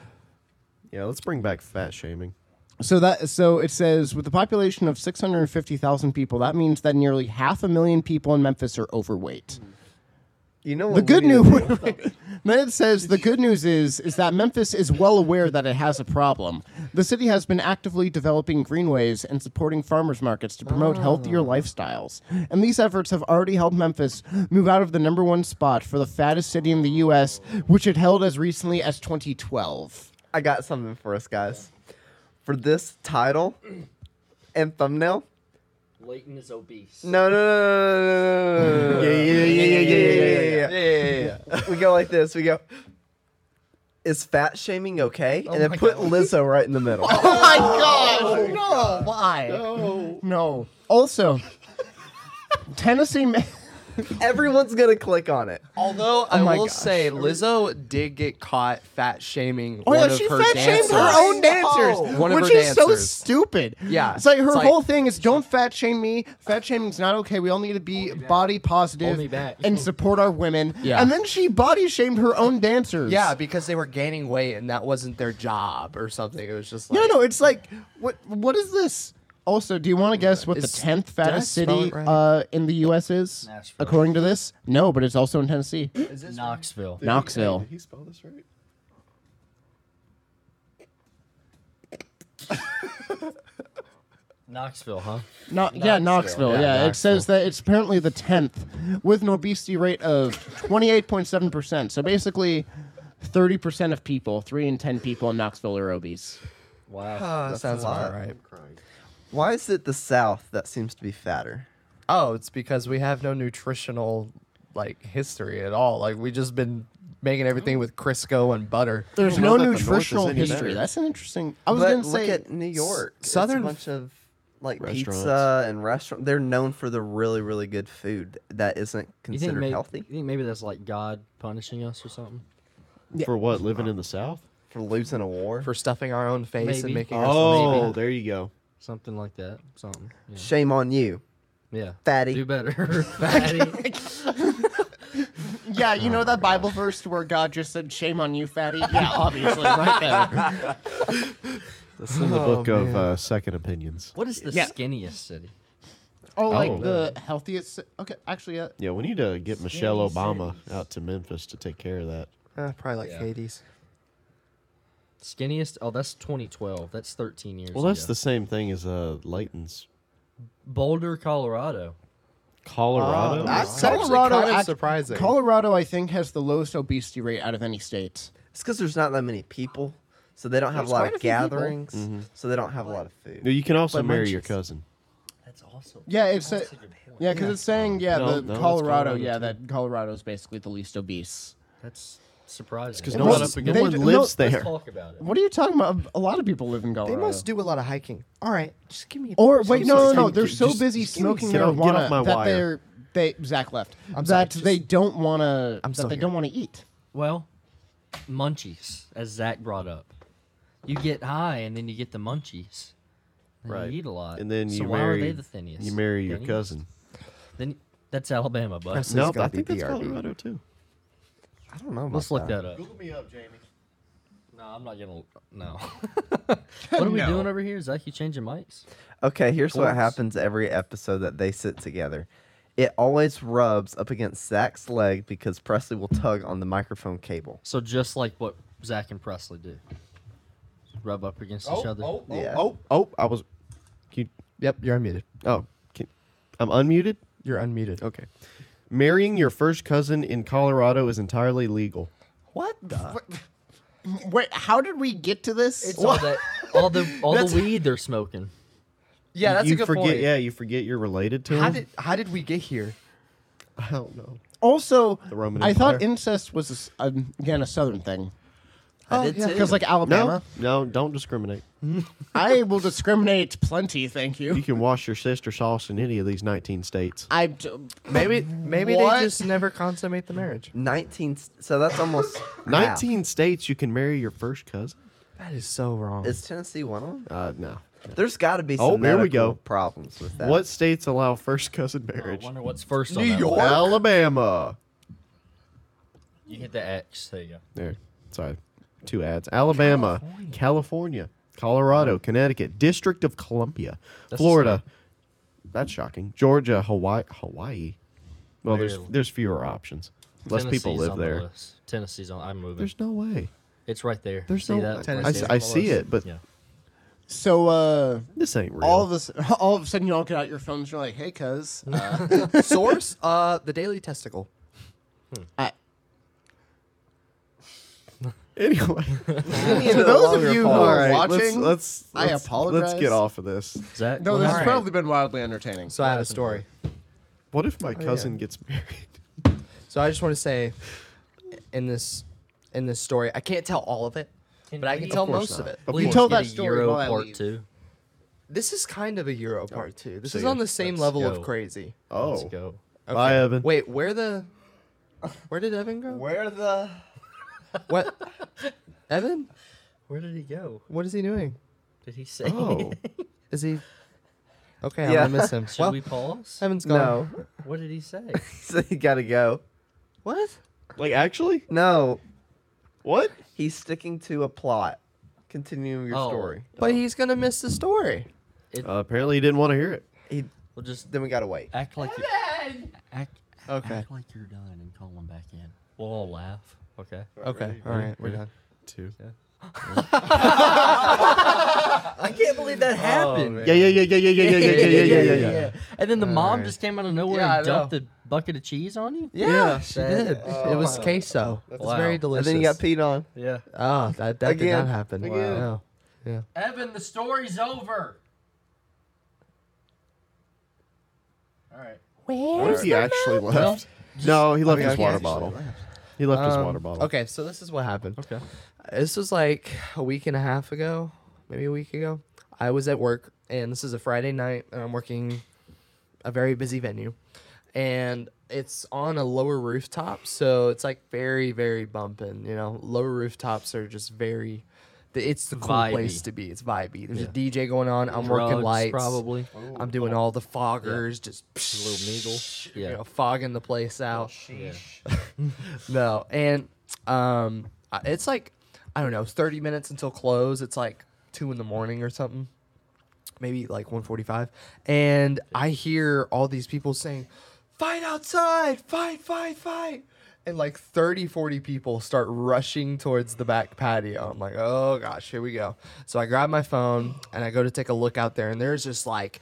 Speaker 5: Yeah, let's bring back fat shaming.
Speaker 4: So that so it says with a population of 650,000 people, that means that nearly half a million people in Memphis are overweight.
Speaker 2: You know
Speaker 4: The
Speaker 2: what?
Speaker 4: good
Speaker 2: we need
Speaker 4: news
Speaker 2: to do?
Speaker 4: then it says the good news is is that Memphis is well aware that it has a problem. The city has been actively developing greenways and supporting farmers markets to
Speaker 2: Ah.
Speaker 4: promote healthier lifestyles. And these efforts have already helped Memphis move out of the number 1 spot for the fattest city in the US, which it held as recently as 2012.
Speaker 2: I got something for us, guys. For this title and thumbnail.
Speaker 1: Leighton is obese.
Speaker 2: No, no, no, no, no, no, no, no, no.
Speaker 5: yeah, yeah, yeah, yeah, yeah,
Speaker 2: yeah, yeah. We go like this. We go. Is fat shaming okay? and then put Lizzo right in the middle.
Speaker 4: Oh my gosh! No! Why? No. Also, Tennessee. Ma-
Speaker 2: Everyone's gonna click on it.
Speaker 3: Although I
Speaker 4: Oh my
Speaker 3: will
Speaker 4: gosh.
Speaker 3: say, Lizzo did get caught fat shaming
Speaker 4: Oh
Speaker 3: one
Speaker 4: yeah,
Speaker 3: of
Speaker 4: she
Speaker 3: her
Speaker 4: fat
Speaker 3: dancers.
Speaker 4: shamed her own dancers,
Speaker 3: Oh. One of
Speaker 4: which
Speaker 3: her
Speaker 4: is so
Speaker 3: dancers.
Speaker 4: stupid.
Speaker 3: Yeah,
Speaker 4: it's like her
Speaker 3: it's like-
Speaker 4: whole thing is don't fat shame me. Fat shaming's not okay. We all need to be body positive
Speaker 1: Hold me back.
Speaker 4: and support our women.
Speaker 3: Yeah.
Speaker 4: and then she body shamed her own dancers.
Speaker 3: Yeah, because they were gaining weight and that wasn't their job or something. It was just like
Speaker 4: no, no, it's like what? What is this? Also, do you want to guess what
Speaker 3: Is-
Speaker 4: the tenth
Speaker 3: I
Speaker 4: fattest
Speaker 3: spell
Speaker 4: city
Speaker 3: it right?
Speaker 4: uh, in the U.S. is?
Speaker 1: Nashville.
Speaker 4: According to this, no, but it's also in Tennessee.
Speaker 1: Knoxville.
Speaker 5: Did he-
Speaker 4: Knoxville.
Speaker 5: hey, Did he spell this right?
Speaker 1: Knoxville, huh?
Speaker 4: No, yeah, Knoxville. Yeah,
Speaker 3: Yeah,
Speaker 4: it says that it's apparently the tenth with an obesity rate of twenty-eight point seven percent. So basically, thirty percent of people, three in ten people in Knoxville, are
Speaker 2: Ah,
Speaker 4: obese.
Speaker 1: Wow.
Speaker 3: that sounds
Speaker 2: lot.
Speaker 3: about right.
Speaker 2: Why is it the South that seems to be fatter?
Speaker 3: Oh, it's because we have no nutritional like history at all. Like we just been making everything with Crisco and butter.
Speaker 4: There's
Speaker 5: Not
Speaker 4: no
Speaker 5: that the North is
Speaker 4: nutritional
Speaker 5: any
Speaker 4: history.
Speaker 5: better.
Speaker 4: That's an interesting. I was
Speaker 2: But
Speaker 4: gonna
Speaker 2: look
Speaker 4: say
Speaker 2: at New York. it's a
Speaker 3: Southern
Speaker 2: bunch of like
Speaker 5: Restaurants.
Speaker 2: pizza and restaurant. They're known for the really, really good food that isn't considered
Speaker 1: may-
Speaker 2: healthy
Speaker 1: You think maybe that's like God punishing us or something?
Speaker 5: For what? Living in the South?
Speaker 2: for losing a war.
Speaker 3: For stuffing our own face
Speaker 1: Maybe.
Speaker 3: and making ourselves
Speaker 5: Oh, there you go.
Speaker 1: Something like that. Something. Yeah.
Speaker 2: Shame on you,
Speaker 1: yeah.
Speaker 2: fatty.
Speaker 1: Do better. Fatty.
Speaker 4: yeah, you know that Bible verse where God just said, "Shame on you, fatty." Yeah, obviously, right there.
Speaker 5: That's in the book of uh, second opinions.
Speaker 1: What is the
Speaker 4: Yeah.
Speaker 1: skinniest city?
Speaker 4: Oh, like
Speaker 5: Oh.
Speaker 4: the healthiest. Okay, actually, uh,
Speaker 5: Yeah, we need to get Michelle Obama out to Memphis to take care of that.
Speaker 3: Uh, probably like
Speaker 1: Yeah.
Speaker 3: Hades.
Speaker 1: Skinniest? Oh, that's 2012. That's 13 years.
Speaker 5: Well, that's
Speaker 1: ago.
Speaker 5: the same thing as uh, Leighton's
Speaker 1: Boulder, Colorado.
Speaker 4: Oh,
Speaker 5: Colorado.
Speaker 3: That's
Speaker 4: Colorado
Speaker 3: Colorado kind
Speaker 4: act-
Speaker 3: of surprising.
Speaker 4: Colorado, I think, has the lowest obesity rate out of any state.
Speaker 2: It's because there's not that many people, so they don't have
Speaker 4: There's
Speaker 2: a lot
Speaker 4: quite
Speaker 2: of
Speaker 4: a few people.
Speaker 2: gatherings, so they don't have a lot of
Speaker 5: No,
Speaker 2: food.
Speaker 5: you can also
Speaker 2: But
Speaker 5: marry
Speaker 2: munchies.
Speaker 5: your cousin.
Speaker 1: That's also.
Speaker 4: Yeah, it's a, yeah, because it's saying yeah,
Speaker 5: No,
Speaker 4: the
Speaker 5: no, it's
Speaker 4: Colorado,
Speaker 5: Colorado,
Speaker 4: yeah,
Speaker 5: too.
Speaker 4: that Colorado is basically the least obese.
Speaker 1: That's surprising.
Speaker 5: Because
Speaker 1: Let's-
Speaker 5: no
Speaker 4: must-
Speaker 5: one, up
Speaker 4: they
Speaker 5: no one
Speaker 4: d-
Speaker 5: lives
Speaker 1: let's
Speaker 5: there.
Speaker 1: talk about it.
Speaker 4: What are you talking about? A lot of people live in
Speaker 3: They
Speaker 4: Colorado.
Speaker 3: must do a lot of hiking. All right, just give me. A
Speaker 4: Or wait, no, no,
Speaker 5: sorry.
Speaker 4: no. They're
Speaker 5: Just-
Speaker 4: so
Speaker 5: just-
Speaker 4: busy
Speaker 5: just
Speaker 4: smoking
Speaker 5: get off-
Speaker 4: marijuana
Speaker 5: get off my
Speaker 4: that
Speaker 5: wire.
Speaker 4: they're they Zach left
Speaker 3: I'm sorry,
Speaker 4: that
Speaker 3: just-
Speaker 4: they don't want to that
Speaker 3: still
Speaker 4: they
Speaker 3: here.
Speaker 4: don't want to eat.
Speaker 1: Well, munchies, as Zach brought up. You get high and then you get the munchies. And
Speaker 5: Right.
Speaker 1: You eat a
Speaker 3: Uh,
Speaker 1: lot.
Speaker 5: And then
Speaker 1: so
Speaker 5: you
Speaker 1: why
Speaker 5: marry
Speaker 1: are they the thinniest?
Speaker 5: You marry your
Speaker 1: Thinniest?
Speaker 5: cousin.
Speaker 1: Then that's Alabama, but
Speaker 3: Press- This is
Speaker 5: No,
Speaker 3: gotta
Speaker 5: I
Speaker 3: be
Speaker 5: think that's
Speaker 3: BRB.
Speaker 5: Colorado too.
Speaker 2: I don't know. About
Speaker 1: let's look that up.
Speaker 5: Google me up, Jamie.
Speaker 1: No, I'm not gonna. No. what are we doing over here? Zach, you changing mics?
Speaker 2: Okay, here's what
Speaker 1: Course.
Speaker 2: happens every episode that they sit together. It always rubs up against Zach's leg because Presley will tug on the microphone cable.
Speaker 1: So just like what Zach and Presley do, rub up against each other.
Speaker 2: oh, Yeah.
Speaker 5: oh, oh, I was. Can
Speaker 3: Yep, you're unmuted.
Speaker 5: you, oh, can, I'm unmuted.
Speaker 3: You're unmuted.
Speaker 5: Okay. Marrying your first cousin in Colorado is entirely legal.
Speaker 3: What the?
Speaker 4: Wait, how did we get to this?
Speaker 1: It's all that, all the all
Speaker 3: That's-
Speaker 1: the weed they're smoking.
Speaker 3: Yeah, that's
Speaker 5: you
Speaker 3: a good
Speaker 5: forget,
Speaker 3: point.
Speaker 5: Yeah, you forget you're related to
Speaker 3: How
Speaker 5: him.
Speaker 3: did how did we get here? I don't know.
Speaker 4: also,
Speaker 5: The Roman
Speaker 4: I thought
Speaker 5: Empire.
Speaker 4: incest was a s um, again a southern thing
Speaker 2: I did too.
Speaker 4: because like Alabama,
Speaker 5: no, no, don't discriminate.
Speaker 4: I will discriminate plenty. Thank
Speaker 5: You can wash your sister sauce in any of these 19 states.
Speaker 4: I d-
Speaker 3: Maybe maybe
Speaker 4: What?
Speaker 3: they just never consummate the marriage.
Speaker 2: 19 so that's almost half.
Speaker 5: 19 states you can marry your first cousin?
Speaker 3: That is so wrong.
Speaker 2: Is Tennessee one of them?
Speaker 5: Uh, no.
Speaker 2: There's got to be some
Speaker 5: Oh, there we
Speaker 2: medical
Speaker 5: go.
Speaker 2: problems with that.
Speaker 5: What states allow first cousin
Speaker 1: I
Speaker 5: marriage?
Speaker 1: wonder what's first on
Speaker 3: New
Speaker 1: that
Speaker 3: York.
Speaker 1: list.
Speaker 5: Alabama.
Speaker 1: You hit the X. There you go.
Speaker 5: There. Sorry. Two ads. Alabama, California, Colorado, Connecticut, District of Columbia,
Speaker 1: That's
Speaker 5: Florida. That's shocking. Georgia, Hawaii, Hawaii. Well, there's
Speaker 1: Barely.
Speaker 5: there's fewer options. Less people
Speaker 1: Tennessee's
Speaker 5: live
Speaker 1: on the
Speaker 5: there.
Speaker 1: list. Tennessee's on. I'm moving.
Speaker 5: There's no way.
Speaker 1: it's right there.
Speaker 5: There's
Speaker 1: see
Speaker 5: no.
Speaker 1: that?
Speaker 5: I,
Speaker 1: Right
Speaker 5: s-
Speaker 1: there.
Speaker 5: I see it, but
Speaker 1: Yeah.
Speaker 4: So uh,
Speaker 5: this ain't real.
Speaker 4: all of us, all of a sudden, you all get out your phones. You're like, "Hey, cuz, uh,
Speaker 3: Source, uh, the Daily Testicle.
Speaker 4: I,
Speaker 5: anyway,
Speaker 4: to those of you who
Speaker 5: all
Speaker 4: are
Speaker 5: right, let's,
Speaker 4: watching,
Speaker 5: let's,
Speaker 4: I
Speaker 5: let's- Let's
Speaker 4: apologize.
Speaker 5: get off of this.
Speaker 1: Zach.
Speaker 4: no,
Speaker 1: what
Speaker 4: this has
Speaker 1: happened?
Speaker 4: probably been wildly entertaining.
Speaker 3: So I have a story.
Speaker 5: What if my cousin gets married?
Speaker 3: So I just want to say, in this, in this story, I can't tell all of it, but I can
Speaker 1: we-
Speaker 3: tell
Speaker 1: Of course
Speaker 3: most of it.
Speaker 1: Please
Speaker 4: tell
Speaker 1: get
Speaker 4: that
Speaker 1: a
Speaker 4: story
Speaker 1: Euro
Speaker 4: while I
Speaker 1: part
Speaker 4: leave.
Speaker 1: two.
Speaker 3: This is kind of a Euro part two. This
Speaker 5: so
Speaker 3: is
Speaker 5: you-
Speaker 3: on the same
Speaker 1: let's
Speaker 3: level
Speaker 1: go.
Speaker 3: of crazy.
Speaker 5: Oh,
Speaker 1: Let's go.
Speaker 5: bye, Evan.
Speaker 3: Wait, where the, where did Evan go?
Speaker 2: Where the?
Speaker 3: What? Evan?
Speaker 1: Where did he go?
Speaker 3: What is he doing?
Speaker 1: Did he say?
Speaker 5: Oh,
Speaker 3: Is he? Okay,
Speaker 2: Yeah.
Speaker 3: I'm gonna miss him.
Speaker 1: Should
Speaker 3: well,
Speaker 1: we pause?
Speaker 3: Evan's gone.
Speaker 2: No.
Speaker 1: What did he say?
Speaker 2: so you gotta go.
Speaker 3: What?
Speaker 5: like actually,
Speaker 2: No,
Speaker 5: what?
Speaker 2: he's sticking to a plot. Continuing your
Speaker 1: Oh.
Speaker 2: story.
Speaker 3: But he's gonna miss the story.
Speaker 5: Uh, apparently, he didn't want to hear it.
Speaker 2: He,
Speaker 1: We'll just
Speaker 2: then we gotta wait.
Speaker 1: act like you act,
Speaker 3: Okay.
Speaker 1: act like you're done and call him back in. We'll all laugh. Okay.
Speaker 3: Okay. All right. We're done.
Speaker 5: Two.
Speaker 1: I can't believe
Speaker 3: Oh,
Speaker 1: that happened.
Speaker 5: Yeah, yeah, yeah, yeah, yeah, yeah, yeah, yeah, yeah, yeah, yeah, yeah, yeah.
Speaker 1: And then the mom just came out of nowhere
Speaker 3: Yeah,
Speaker 1: and
Speaker 3: I know.
Speaker 1: dumped a bucket of cheese on you.
Speaker 3: Yeah, she
Speaker 1: that-
Speaker 3: did. it was queso. It was
Speaker 1: Wow.
Speaker 3: very
Speaker 2: And
Speaker 3: delicious.
Speaker 2: then you got peed on.
Speaker 1: Yeah.
Speaker 3: Oh, that, that did
Speaker 2: Again.
Speaker 3: not happen.
Speaker 5: Again.
Speaker 3: Wow. Yeah.
Speaker 1: Evan, the story's over. All right.
Speaker 5: What if he actually left? No, he left his water bottle. He left his
Speaker 3: Um,
Speaker 5: water bottle.
Speaker 3: Okay, so this is what happened. Okay. This was like a week and a half ago, maybe a week ago. I was at work, and this is a Friday night, and I'm working a very busy venue. And it's on a lower rooftop, so it's like very, very bumping. You know, lower rooftops are just very. th- It's the cool place
Speaker 1: Vibey.
Speaker 3: to be. It's vibey. There's a DJ going on. I'm working
Speaker 1: Drugs,
Speaker 3: lights.
Speaker 1: probably.
Speaker 3: I'm doing all the foggers, just
Speaker 1: A little needle.
Speaker 3: you
Speaker 1: Yeah.
Speaker 3: know, fogging the place out.
Speaker 1: yeah.
Speaker 3: No, and um, I- it's like I don't know, thirty minutes until close. It's like two in the morning or something, maybe like one forty-five, and I hear all these people saying, "Fight outside! Fight! Fight! Fight!" And like 30, 40 people start rushing towards the back patio. I'm like, oh gosh, here we go. So I grab my phone and I go to take a look out there, and there's just like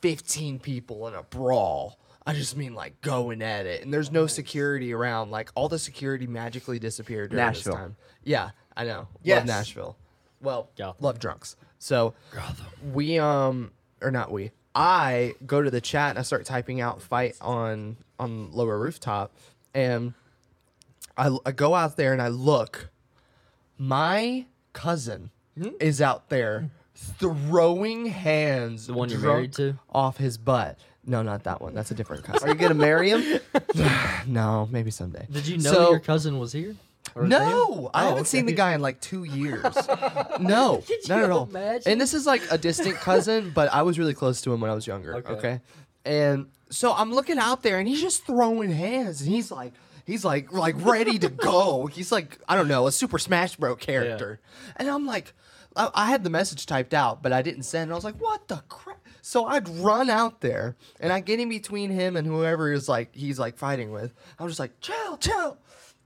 Speaker 3: 15 people in a brawl. I just mean like going at it, and there's no security around. Like all the security magically disappeared during
Speaker 2: Nashville.
Speaker 3: this time. Yeah, I know.
Speaker 2: Yes.
Speaker 3: Love Nashville. Well,
Speaker 1: Gotham.
Speaker 3: love drunks. So we um or not we. I go to the chat and I start typing out fight on on lower rooftop, and I, I go out there and I look. My cousin
Speaker 2: Hmm?
Speaker 3: is out there throwing hands. The
Speaker 1: one you're married to?
Speaker 3: Off his butt. No, not that one. That's a different cousin.
Speaker 2: Are you gonna marry him?
Speaker 3: no, maybe someday.
Speaker 1: Did you know
Speaker 3: So-
Speaker 1: your cousin was here? Or Oh,
Speaker 3: no,
Speaker 1: they-
Speaker 3: I haven't seen the guy in like two years. no, not at all.
Speaker 1: imagine?
Speaker 3: And this is like a distant cousin, but I was really close to him when I was younger. Okay. and so I'm looking out there, and he's just throwing hands, and he's like, he's like, like ready to go. He's like, I don't know, a Super Smash Bro character, and I'm like. I I had the message typed out, but I didn't send. it. I was like, "What the crap?" So I'd run out there, and I get in between him and whoever is like he's like fighting with. I was just like, "Chill, chill."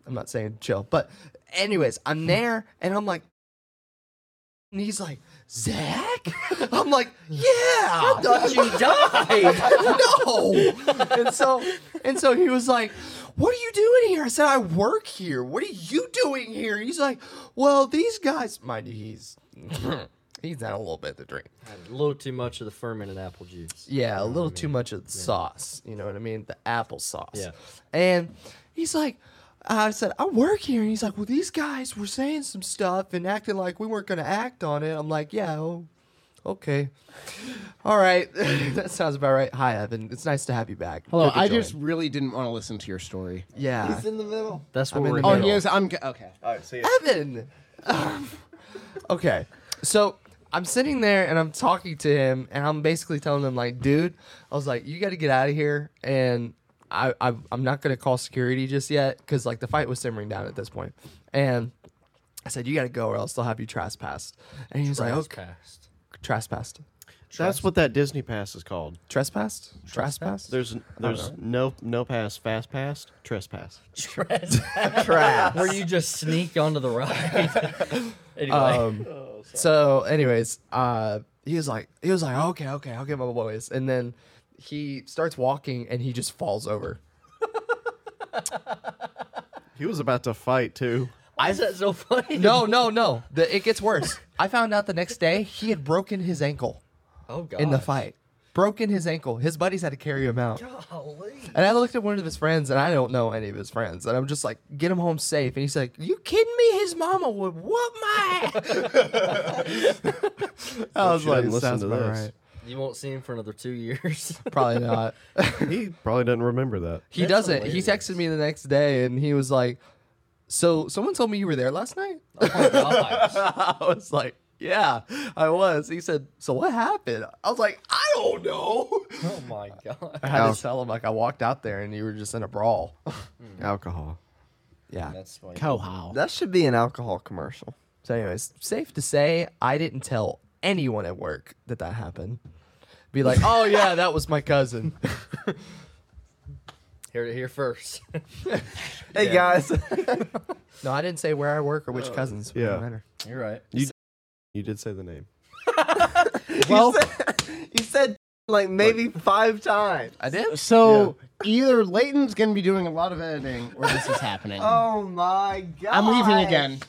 Speaker 3: I'm not saying chill, but anyways, I'm there and I'm like, and he's like, Zach? I'm like, yeah. I thought you died. no. And so, and so he was like, what are you doing here? I said, I work here. What are you doing here? He's like, well, these guys, mind you, he's, he's had a little bit to drink.
Speaker 1: Had A little too much of the fermented apple juice.
Speaker 3: Yeah, a little too much of the sauce. You know what I mean? The apple sauce.
Speaker 1: Yeah.
Speaker 3: And he's like, I said, I work here. And he's like, well, these guys were saying some stuff and acting like we weren't going to act on it. I'm like, yeah, oh, okay. All right. that sounds about right. Hi, Evan. It's nice to have you back.
Speaker 4: Hello,
Speaker 3: Good to
Speaker 4: I
Speaker 3: join.
Speaker 4: just really didn't want to listen to your story.
Speaker 3: Yeah.
Speaker 2: in the middle.
Speaker 1: That's
Speaker 3: I'm
Speaker 1: what
Speaker 3: in
Speaker 1: we're
Speaker 3: the
Speaker 4: Oh,
Speaker 1: in
Speaker 5: Uh,
Speaker 4: he is. I'm g- okay.
Speaker 5: All right, see ya.
Speaker 3: Evan. okay. So I'm sitting there and I'm talking to him and I'm basically telling him like, dude, I was like, you got to get out of here and I, I I'm not gonna call security just yet because like the fight was simmering down at this point and. I said, you gotta go, or else they'll have you trespassed. And he was like,
Speaker 1: Brass
Speaker 3: okay,
Speaker 1: passed.
Speaker 3: trespassed,
Speaker 5: That's what that Disney pass is called.
Speaker 3: trespassed, trespassed.
Speaker 5: There's there's no no pass, fast pass, trespass.
Speaker 2: Trash.
Speaker 1: Where you just sneak onto the ride. anyway,
Speaker 3: Um, So, anyways, uh, he was like, he was like, okay, okay, I'll get my boys, and then he starts walking and he just falls over.
Speaker 5: He was about to fight too.
Speaker 1: why is that so funny?
Speaker 3: No, no, no. The, it gets worse. I found out the next day he had broken his ankle
Speaker 1: Oh god.
Speaker 3: in the fight. Broken his ankle. His buddies had to carry him out.
Speaker 1: Golly.
Speaker 3: And I looked at one of his friends, and I don't know any of his friends. And I'm just like, get him home safe. And he's like, you kidding me? His mama would whoop my ass. I was
Speaker 5: shit, I
Speaker 3: like,
Speaker 5: didn't listen
Speaker 3: sounds
Speaker 5: to
Speaker 3: about
Speaker 5: this.
Speaker 3: right.
Speaker 1: You won't see him for another two years.
Speaker 3: Probably not.
Speaker 5: He probably doesn't remember that.
Speaker 3: He
Speaker 1: That's
Speaker 3: doesn't.
Speaker 1: hilarious.
Speaker 3: He texted me the next day and he was like, "So someone told me you were there last night."
Speaker 1: oh my gosh.
Speaker 3: I was like, "Yeah, I was." He said, "So what happened?" I was like, "I don't know."
Speaker 1: Oh my god.
Speaker 3: I had
Speaker 5: Ouch.
Speaker 3: to tell him like I walked out there and you were just in a brawl.
Speaker 5: Alcohol.
Speaker 3: yeah.
Speaker 1: That's funny.
Speaker 4: Cohow.
Speaker 2: That should be an alcohol commercial.
Speaker 3: So, anyways, safe to say, I didn't tell anyone at work that that happened. Be like, "Oh yeah, that was my cousin."
Speaker 1: Heard it here first.
Speaker 2: Hey guys.
Speaker 3: no, I didn't say where I work or which cousins. It doesn't
Speaker 5: yeah.
Speaker 3: matter.
Speaker 1: You're right.
Speaker 5: You did say the name.
Speaker 2: well, you said, you said like maybe five times.
Speaker 3: I did.
Speaker 4: So either Leighton's gonna be doing a lot of editing, or this is happening.
Speaker 2: Oh my god.
Speaker 4: I'm leaving again.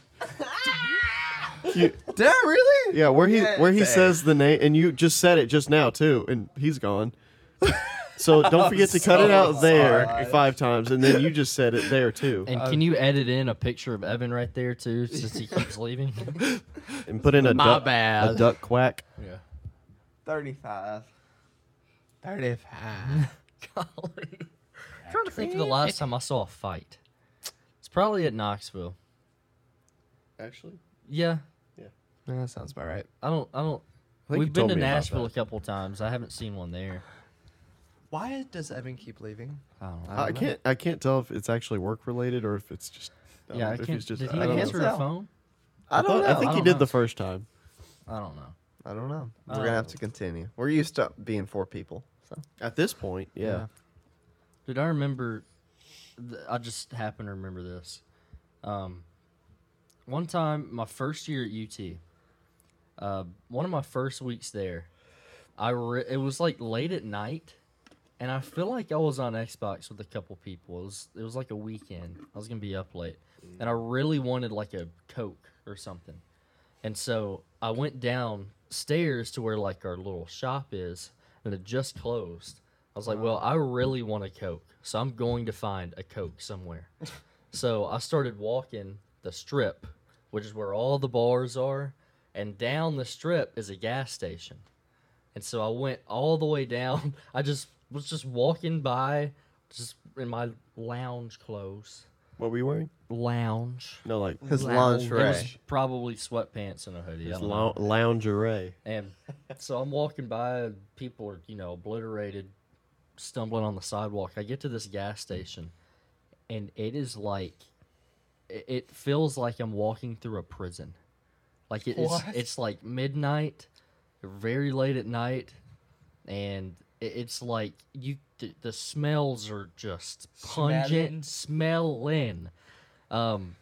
Speaker 3: Did I really?
Speaker 5: Yeah, where he where he
Speaker 2: Yeah.
Speaker 5: says the name, and you just said it just now too, and he's gone. So don't forget to cut it out there five times, and then you just said it there too,
Speaker 1: And can you edit in a picture of Evan right there too, since he keeps leaving?
Speaker 5: and put in a
Speaker 3: My
Speaker 5: duck, a
Speaker 3: bad.
Speaker 5: duck quack.
Speaker 1: yeah.
Speaker 2: 35.
Speaker 3: Thirty-five.
Speaker 1: Golly. trying to think of the last time I saw a fight. It's probably at Knoxville.
Speaker 5: Actually,
Speaker 1: Yeah.
Speaker 3: Yeah, that sounds about right.
Speaker 1: I don't. I don't.
Speaker 5: think you
Speaker 1: We've been
Speaker 5: told
Speaker 1: to
Speaker 5: me about
Speaker 1: Nashville a
Speaker 5: that.
Speaker 1: couple times. I haven't seen one there.
Speaker 3: Why does Evan keep leaving?
Speaker 1: I don't know.
Speaker 5: I can't I can't tell if it's actually work related or if it's just
Speaker 1: yeah, I
Speaker 5: if
Speaker 1: can't.
Speaker 5: it's just
Speaker 1: did
Speaker 5: I
Speaker 1: he
Speaker 5: don't know.
Speaker 1: answer the
Speaker 2: know.
Speaker 1: phone?
Speaker 2: I don't know.
Speaker 5: Oh, I think
Speaker 1: I
Speaker 5: he
Speaker 1: don't
Speaker 5: did
Speaker 1: know.
Speaker 5: the first time.
Speaker 1: I don't know.
Speaker 2: I don't know. We're gonna have to continue. We're used to being four people. So
Speaker 5: At this point, yeah.
Speaker 1: Dude, I remember. Th- I just happen to remember this. Um, one time, my first year at UT, uh, one of my first weeks there, I re- it was like late at night, and I feel like I was on Xbox with a couple people. It was it was like a weekend. I was gonna be up late, and I really wanted like a Coke or something, and so I went downstairs to where like our little shop is, and it just closed. I was like, well, I really want a Coke, so I'm going to find a Coke somewhere. so I started walking the strip, which is where all the bars are, and down the strip is a gas station. And so I went all the way down. I just was just walking by, just in my lounge clothes.
Speaker 5: What were you wearing?
Speaker 1: Lounge.
Speaker 5: No, like
Speaker 2: his
Speaker 1: It
Speaker 2: lingerie.
Speaker 1: was probably sweatpants and a hoodie. I don't know.
Speaker 5: lou- lingerie.
Speaker 1: And so I'm walking by, and people are, you know, obliterated, stumbling on the sidewalk. I get to this gas station, and it is like, it, it feels like I'm walking through a prison. Like it is, it's like midnight, very late at night, and it, it's like you, the, the smells are just pungent, smelling. Um,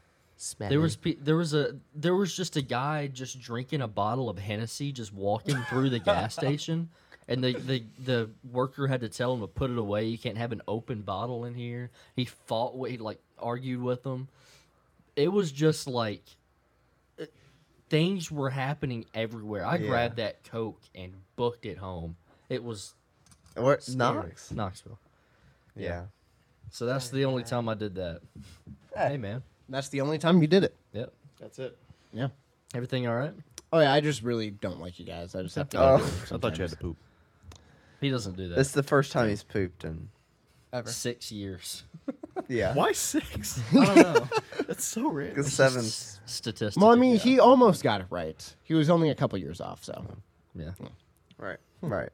Speaker 1: there was pe- there was a there was just a guy just drinking a bottle of Hennessy just walking through the gas station, and the, the the worker had to tell him to put it away. You can't have an open bottle in here. He fought. with- He like argued with him. It was just like uh, things were happening everywhere. I grabbed that Coke and booked it home. It was
Speaker 2: Or Knox.
Speaker 1: Knoxville.
Speaker 2: Yeah.
Speaker 1: So that's the only time I did that. Hey man.
Speaker 4: That's the only time you did it.
Speaker 1: Yep.
Speaker 5: That's it.
Speaker 4: Yeah.
Speaker 1: Everything all right?
Speaker 4: Oh yeah, I just really don't like you guys. I just have to.
Speaker 2: Oh.
Speaker 4: do it
Speaker 5: I thought you
Speaker 4: sometimes.
Speaker 5: had to poop.
Speaker 1: He doesn't do that.
Speaker 2: It's the first time he's pooped and
Speaker 3: Ever.
Speaker 1: Six years.
Speaker 2: Yeah.
Speaker 5: Why six?
Speaker 1: I don't know.
Speaker 5: That's so random.
Speaker 2: Because seven.
Speaker 1: S- Statistically.
Speaker 4: Well, I mean,
Speaker 1: yeah.
Speaker 4: he almost got it right. He was only a couple years off, so.
Speaker 1: Yeah.
Speaker 2: Right. Right.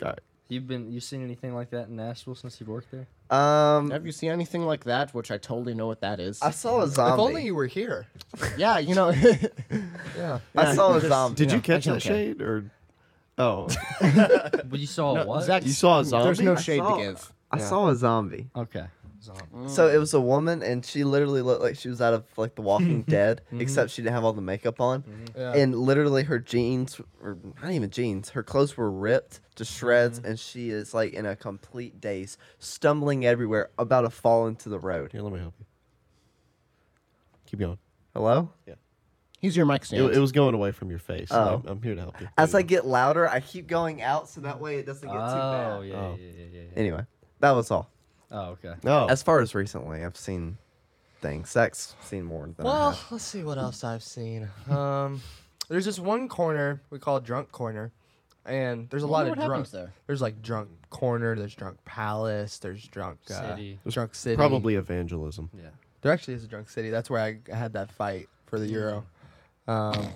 Speaker 5: All right.
Speaker 1: You've been you seen anything like that in Nashville since you've worked there?
Speaker 2: Um,
Speaker 4: Have you seen anything like that? Which I totally know what that is.
Speaker 2: I saw a zombie.
Speaker 3: If only you were here.
Speaker 4: yeah, you know.
Speaker 3: Yeah.
Speaker 2: I saw a zombie.
Speaker 5: Did you
Speaker 4: Yeah,
Speaker 5: catch that
Speaker 4: that's okay.
Speaker 5: shade or? Oh,
Speaker 1: But you saw what?
Speaker 4: Zach,
Speaker 5: you saw a
Speaker 4: There's
Speaker 5: zombie?
Speaker 4: no
Speaker 5: I
Speaker 4: shade
Speaker 2: saw-
Speaker 4: to give.
Speaker 2: I saw a zombie.
Speaker 1: Okay.
Speaker 3: Mm.
Speaker 2: So it was a woman, and she literally looked like she was out of like The Walking Dead,
Speaker 3: Mm-hmm.
Speaker 2: except she didn't have all the makeup on,
Speaker 3: Yeah.
Speaker 2: and literally her jeans, or not even jeans, her clothes were ripped to shreds,
Speaker 3: Mm-hmm.
Speaker 2: and she is like in a complete daze, stumbling everywhere, about to fall into the road.
Speaker 5: Here, let me help you. Keep going.
Speaker 2: Hello.
Speaker 4: He's your mic
Speaker 5: It,
Speaker 4: stand.
Speaker 5: it was going away from your face.
Speaker 2: Oh.
Speaker 5: I'm, I'm here to help you.
Speaker 2: As I get louder, I keep going out, so that way it doesn't
Speaker 1: Oh
Speaker 2: get too bad.
Speaker 1: yeah,
Speaker 5: Oh.
Speaker 1: yeah, yeah, yeah, yeah.
Speaker 2: Anyway, that was all.
Speaker 1: Oh okay.
Speaker 5: no,
Speaker 2: As far as recently, I've seen things. Sex, seen more than I
Speaker 3: Well,
Speaker 2: have.
Speaker 3: let's see what else I've seen. Um, there's this one corner we call drunk corner, and there's a lot
Speaker 4: Wonder
Speaker 3: of
Speaker 4: what
Speaker 3: drunk.
Speaker 4: happens there.
Speaker 3: There's like drunk corner. There's drunk palace. There's drunk uh,
Speaker 1: City.
Speaker 3: Drunk city.
Speaker 5: probably evangelism.
Speaker 1: Yeah.
Speaker 3: there actually is a drunk city. That's where I, I had that fight for the
Speaker 1: Mm.
Speaker 3: euro. Um,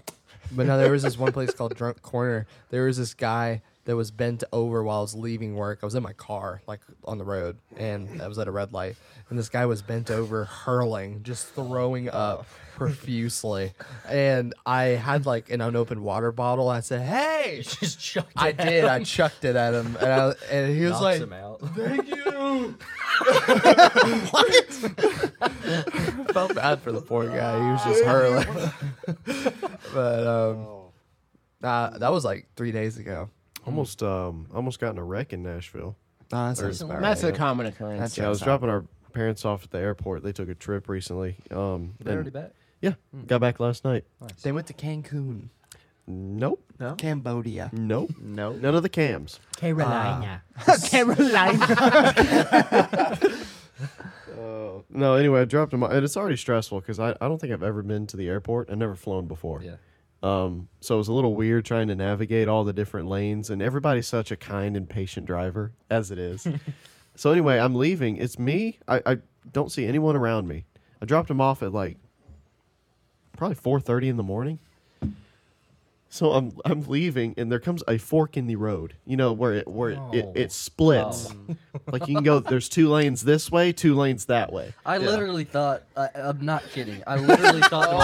Speaker 3: but no, there was this one place called Drunk Corner. There was this guy that was bent over while I was leaving work. I was in my car, like on the road, and I was at a red light. And this guy was bent over, hurling, just throwing
Speaker 1: Oh.
Speaker 3: up profusely. And I had like an unopened water bottle. I said, "Hey!"
Speaker 1: Just chucked
Speaker 3: I
Speaker 1: it out.
Speaker 3: did. I chucked it at him, and I, and he was
Speaker 1: Knocks
Speaker 3: like,
Speaker 1: him out.
Speaker 3: Thank you. what? Felt bad for the poor guy. He was just hurling. but um, nah, that was like three days ago.
Speaker 5: Almost, um, almost got in a wreck in Nashville.
Speaker 3: Nah, that sounds
Speaker 5: There's-
Speaker 3: about
Speaker 4: That's
Speaker 3: right.
Speaker 4: a common occurrence.
Speaker 5: Yeah, I was dropping our parents off at the airport. They took a trip recently. Um,
Speaker 1: They're
Speaker 5: and-
Speaker 1: already back.
Speaker 5: Yeah, got back last night.
Speaker 3: They went to Cancun,
Speaker 5: Nope,
Speaker 2: No.
Speaker 3: Cambodia.
Speaker 5: nope,
Speaker 2: No.
Speaker 5: none of the cams.
Speaker 1: Carolina.
Speaker 4: Carolina.
Speaker 5: No, anyway, I dropped them, off, and it's already stressful because I, I don't think I've ever been to the airport. I've never flown before.
Speaker 1: yeah.
Speaker 5: Um, so it was a little weird trying to navigate all the different lanes, and everybody's such a kind and patient driver as it is. so anyway, I'm leaving. It's me. I, I don't see anyone around me. I dropped him off at like probably 4:30 in the morning. So I'm I'm leaving, and there comes a fork in the road. You know where it where it, it,
Speaker 1: Oh.
Speaker 5: it splits. Like you can go. There's two lanes this way, two lanes that way.
Speaker 1: I literally thought I, I'm not kidding. I literally thought to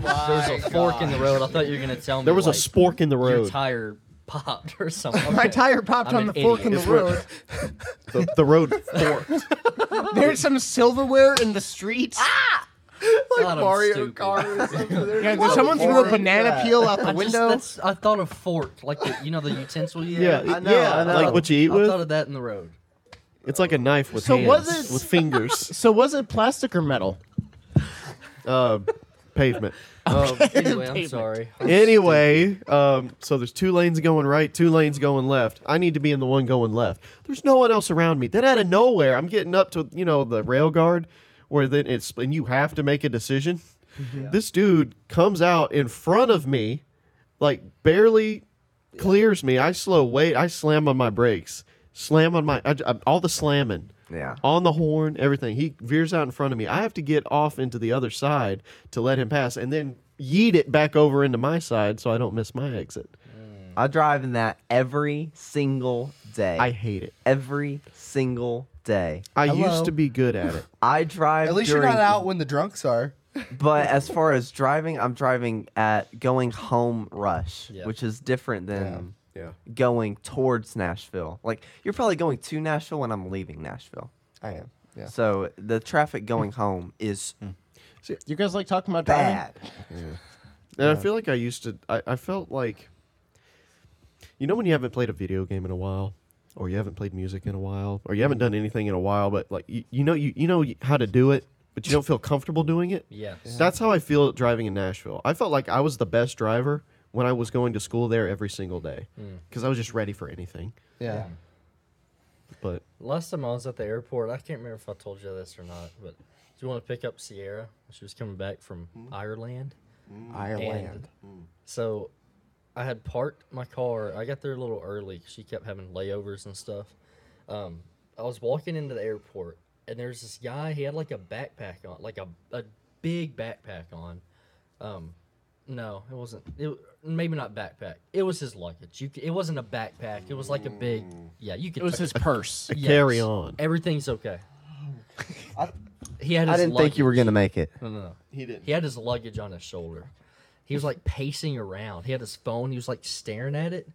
Speaker 1: myself, "There's a fork in the road." I thought you were gonna tell me
Speaker 5: There was a
Speaker 1: like,
Speaker 5: spork in the
Speaker 1: Your
Speaker 5: road.
Speaker 1: tire popped or something.
Speaker 4: My
Speaker 1: Okay.
Speaker 4: tire popped
Speaker 1: I'm
Speaker 4: on
Speaker 1: an
Speaker 4: the fork in
Speaker 1: idiot.
Speaker 4: the road.
Speaker 5: The, the road forked.
Speaker 4: There's some silverware in the street.
Speaker 1: God, I'm stupid.
Speaker 4: Yeah, did someone threw a banana peel out
Speaker 1: I
Speaker 4: the
Speaker 1: just-
Speaker 4: window?
Speaker 1: that's- I thought of fork, like the, you know the utensil you
Speaker 5: Yeah,
Speaker 1: have?
Speaker 5: it-
Speaker 2: know,
Speaker 5: yeah.
Speaker 2: I know.
Speaker 5: Like what you eat
Speaker 1: I
Speaker 5: with.
Speaker 1: thought of that in the road.
Speaker 5: It's like a knife with
Speaker 4: So
Speaker 5: hands,
Speaker 4: was it-
Speaker 5: with fingers.
Speaker 4: So was it plastic or metal?
Speaker 5: uh, pavement.
Speaker 1: Oh,
Speaker 5: Um,
Speaker 1: Anyway, I'm sorry.
Speaker 5: anyway, um, so there's two lanes going right, two lanes going left. I need to be in the one going left. There's no one else around me. Then out of nowhere, I'm getting up to you know the rail guard, where then it's and you have to make a decision. This dude comes out in front of me, like barely clears me. I slow wait. I slam on my brakes. Slam on my I, I- all the slamming.
Speaker 2: Yeah.
Speaker 5: on the horn, everything. He veers out in front of me. I have to get off into the other side to let him pass, and then yeet it back over into my side so I don't miss my exit.
Speaker 2: I drive in that every single day.
Speaker 5: I hate it.
Speaker 2: every single day.
Speaker 5: I
Speaker 3: Hello?
Speaker 5: used to be good at it.
Speaker 2: I drive.
Speaker 3: At least
Speaker 2: during,
Speaker 3: you're not out when the drunks are.
Speaker 2: But as far as driving, I'm driving at going home rush,
Speaker 1: Yeah.
Speaker 2: which is different than
Speaker 5: Yeah.
Speaker 2: going towards Nashville. Like you're probably going to Nashville when I'm leaving Nashville.
Speaker 3: I am. Yeah.
Speaker 2: So the traffic going home is
Speaker 4: Mm-hmm. You guys like talking about driving?
Speaker 2: bad.
Speaker 5: And I feel like I used to. I, I felt like. You know when you haven't played a video game in a while, or you haven't played music in a while, or you haven't done anything in a while, but like you, you know you you know how to do it, but you don't feel comfortable doing it.
Speaker 1: Yes.
Speaker 5: That's how I feel driving in Nashville. I felt like I was the best driver when I was going to school there every single day because I was just ready for anything.
Speaker 3: Yeah.
Speaker 5: But
Speaker 1: Last time I was at the airport, I can't remember if I told you this or not, but do you want to pick up Sierra? She was coming back from
Speaker 4: Hmm?
Speaker 1: Ireland.
Speaker 3: Ireland.
Speaker 1: So I had parked my car. I got there a little early. 'cause She kept having layovers and stuff. Um, I was walking into the airport and there's this guy. He had like a backpack on, like a a big backpack on. Um, no, it wasn't. It maybe not backpack. It was his luggage. You, c- it wasn't a backpack. It was like a big. Yeah, you could.
Speaker 4: It was
Speaker 1: tuck-
Speaker 4: his purse.
Speaker 1: yes.
Speaker 5: carry on.
Speaker 1: Everything's okay. he had.
Speaker 2: I
Speaker 1: his
Speaker 2: didn't think you were
Speaker 1: luggage.
Speaker 2: gonna make it.
Speaker 1: No, no, no.
Speaker 5: He didn't.
Speaker 1: He had his luggage on his shoulder. He was like pacing around. He had his phone. He was like staring at it,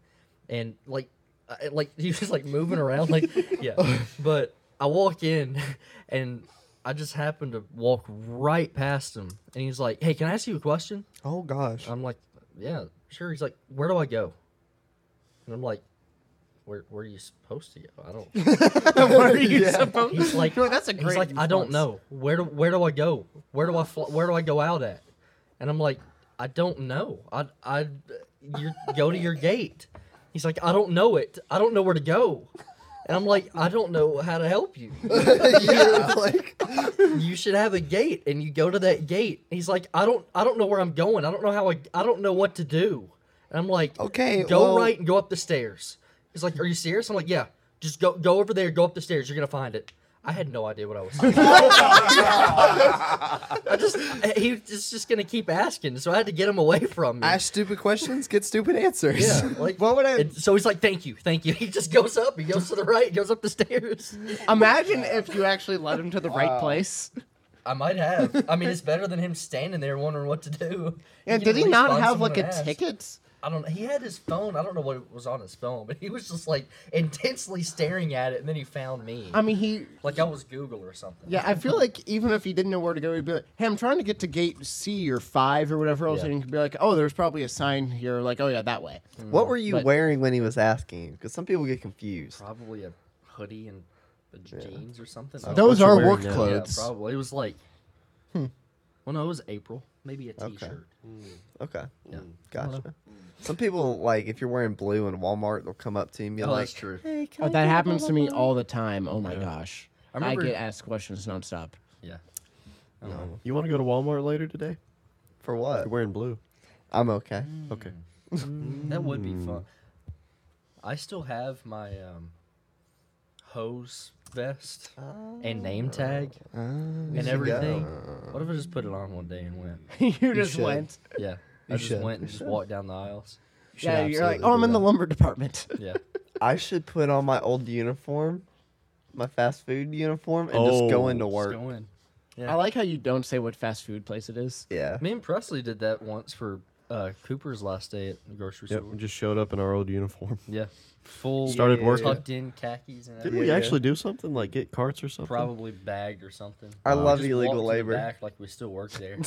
Speaker 1: and like, uh, like he was like moving around. Like, yeah. But I walk in, and I just happened to walk right past him, and he's like, "Hey, can I ask you a question?"
Speaker 3: Oh gosh.
Speaker 1: I'm like, "Yeah, sure." He's like, "Where do I go?" And I'm like, "Where Where are you supposed to go? I don't."
Speaker 4: Where are you supposed-
Speaker 1: He's like,
Speaker 4: No, that's a great
Speaker 1: He's like, I don't
Speaker 4: response.
Speaker 1: know. Where do where do I go? Where do I fl- where do I go out at? And I'm like, I don't know. I I you go to your gate. He's like, I don't know it. I don't know where to go. And I'm like, I don't know how to help you.
Speaker 3: yeah. Like
Speaker 1: You should have a gate, and you go to that gate. He's like, I don't I don't know where I'm going. I don't know how I I don't know what to do. And I'm like,
Speaker 3: Okay,
Speaker 1: go
Speaker 3: well-
Speaker 1: right and go up the stairs. He's like, Are you serious? I'm like, Yeah. Just go go over there. Go up the stairs. You're gonna find it. I had no idea what I was. saying. I just he was just gonna keep asking, so I had to get him away from me.
Speaker 3: ask stupid questions, get stupid answers.
Speaker 1: yeah, like
Speaker 4: What would I-
Speaker 1: and so he's like, "Thank you, thank you." He just goes up, he goes to the right, goes up the stairs.
Speaker 4: Imagine if you actually led him to the right place.
Speaker 1: I might have. I mean, it's better than him standing there wondering what to do.
Speaker 4: Yeah,
Speaker 1: can
Speaker 4: did
Speaker 1: at
Speaker 4: he
Speaker 1: least
Speaker 4: not
Speaker 1: find
Speaker 4: have like
Speaker 1: someone
Speaker 4: a
Speaker 1: to ask.
Speaker 4: ticket?
Speaker 1: I don't. know. He had his phone. I don't know what was on his phone, but he was just like intensely staring at it, and then he found me.
Speaker 4: I mean, he.
Speaker 1: like I was Google or something.
Speaker 4: Yeah, I feel like even if he didn't know where to go, he'd be like, "Hey, I'm trying to get to gate C or five or whatever else,"
Speaker 1: Yeah.
Speaker 4: and he could be like, "Oh, there's probably a sign here." Like, "Oh yeah, that way."
Speaker 2: What were you
Speaker 4: But-
Speaker 2: wearing when he was asking? Because some people get confused.
Speaker 1: probably a hoodie and a jeans or something. I don't
Speaker 4: Those
Speaker 5: what
Speaker 4: are Hmm.
Speaker 5: you're
Speaker 4: work
Speaker 5: wearing now.
Speaker 1: Yeah,
Speaker 4: clothes.
Speaker 1: probably. It was like, well, no, it was April. Maybe a T-shirt.
Speaker 2: Okay,
Speaker 1: Yeah.
Speaker 2: gotcha. Some people like if you're wearing blue in Walmart, they'll come up to you and be
Speaker 1: Oh,
Speaker 2: like,
Speaker 1: that's true.
Speaker 2: "Hey, can
Speaker 4: Oh,
Speaker 2: I
Speaker 4: that
Speaker 2: get
Speaker 4: happens to me
Speaker 2: blah,
Speaker 4: all the time. Oh my gosh,
Speaker 1: I
Speaker 4: I,
Speaker 1: remember-
Speaker 4: get asked questions nonstop.
Speaker 1: Yeah.
Speaker 5: You want to go to Walmart later
Speaker 2: blah,
Speaker 5: today?
Speaker 2: blah?" for what?"
Speaker 5: You're wearing blue.
Speaker 2: I'm okay.
Speaker 4: Mm.
Speaker 5: Okay.
Speaker 1: That would be fun. I still have my um, hose vest and name tag and everything. What if I just put it on one day and went?
Speaker 4: you just
Speaker 3: should.
Speaker 4: went.
Speaker 1: Yeah, I
Speaker 3: You
Speaker 1: just
Speaker 3: should.
Speaker 1: went and just walked down the aisles.
Speaker 3: should
Speaker 4: Yeah, you're like,
Speaker 3: absolutely
Speaker 4: "Oh, I'm
Speaker 3: do
Speaker 4: in the
Speaker 3: that."
Speaker 4: lumber department."
Speaker 1: Yeah,
Speaker 2: I should put on my old uniform, my fast food uniform, and just
Speaker 5: Oh.
Speaker 2: go into
Speaker 1: just
Speaker 2: work.
Speaker 1: go in.
Speaker 4: I like how you don't say what fast food place it is.
Speaker 2: Yeah.
Speaker 1: Me and Presley did that once for uh, Cooper's last day at the grocery
Speaker 5: Yep.
Speaker 1: store.
Speaker 5: We just showed up in our old uniform.
Speaker 1: Yeah, full
Speaker 5: Started working.
Speaker 1: tucked in khakis and
Speaker 5: Didn't
Speaker 1: everything.
Speaker 5: we
Speaker 2: yeah.
Speaker 5: actually do something like get carts or something?
Speaker 1: probably bagged or something.
Speaker 2: I
Speaker 1: We
Speaker 2: love
Speaker 1: just walked
Speaker 2: illegal
Speaker 1: to the
Speaker 2: labor.
Speaker 1: back like we still work there.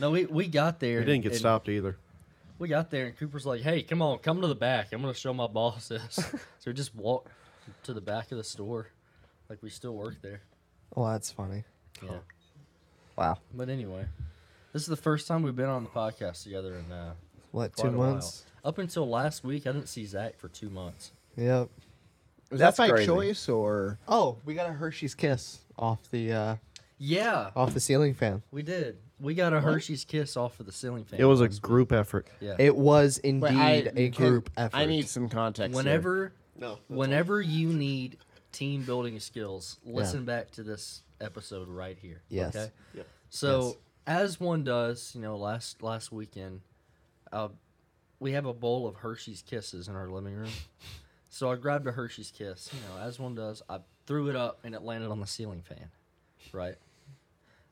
Speaker 1: no, we, we got there.
Speaker 5: We didn't get
Speaker 1: and-
Speaker 5: stopped either.
Speaker 1: We got there and Cooper's like, "Hey, come on, come to the back. I'm gonna show my boss this." so we just walked to the back of the store, like we still work there.
Speaker 3: Well, that's funny.
Speaker 1: Yeah.
Speaker 2: Wow.
Speaker 1: But anyway, this is the first time we've been on the podcast together in uh,
Speaker 3: What,
Speaker 1: quite
Speaker 3: two
Speaker 1: a while.
Speaker 3: months?
Speaker 1: Up until last week, I didn't see Zach for two months.
Speaker 3: Yep.
Speaker 4: Was
Speaker 2: That's
Speaker 4: that by
Speaker 2: crazy.
Speaker 4: choice or?
Speaker 3: Oh, we got a Hershey's kiss off the uh
Speaker 1: Yeah,
Speaker 3: off the ceiling fan.
Speaker 1: we did. We got a Hershey's kiss off of the ceiling fan.
Speaker 5: It was a
Speaker 1: last week.
Speaker 5: group effort.
Speaker 1: yeah.
Speaker 3: It was
Speaker 4: Wait,
Speaker 3: indeed
Speaker 4: I-
Speaker 3: a
Speaker 4: can-
Speaker 3: group effort.
Speaker 4: I need some context. here.
Speaker 1: whenever whenever you need team building skills listen back to this episode right here
Speaker 3: Yes.
Speaker 1: okay so as one does you know last last weekend uh, we have a bowl of hershey's kisses in our living room so i grabbed a hershey's kiss you know as one does i threw it up and it landed on the ceiling fan right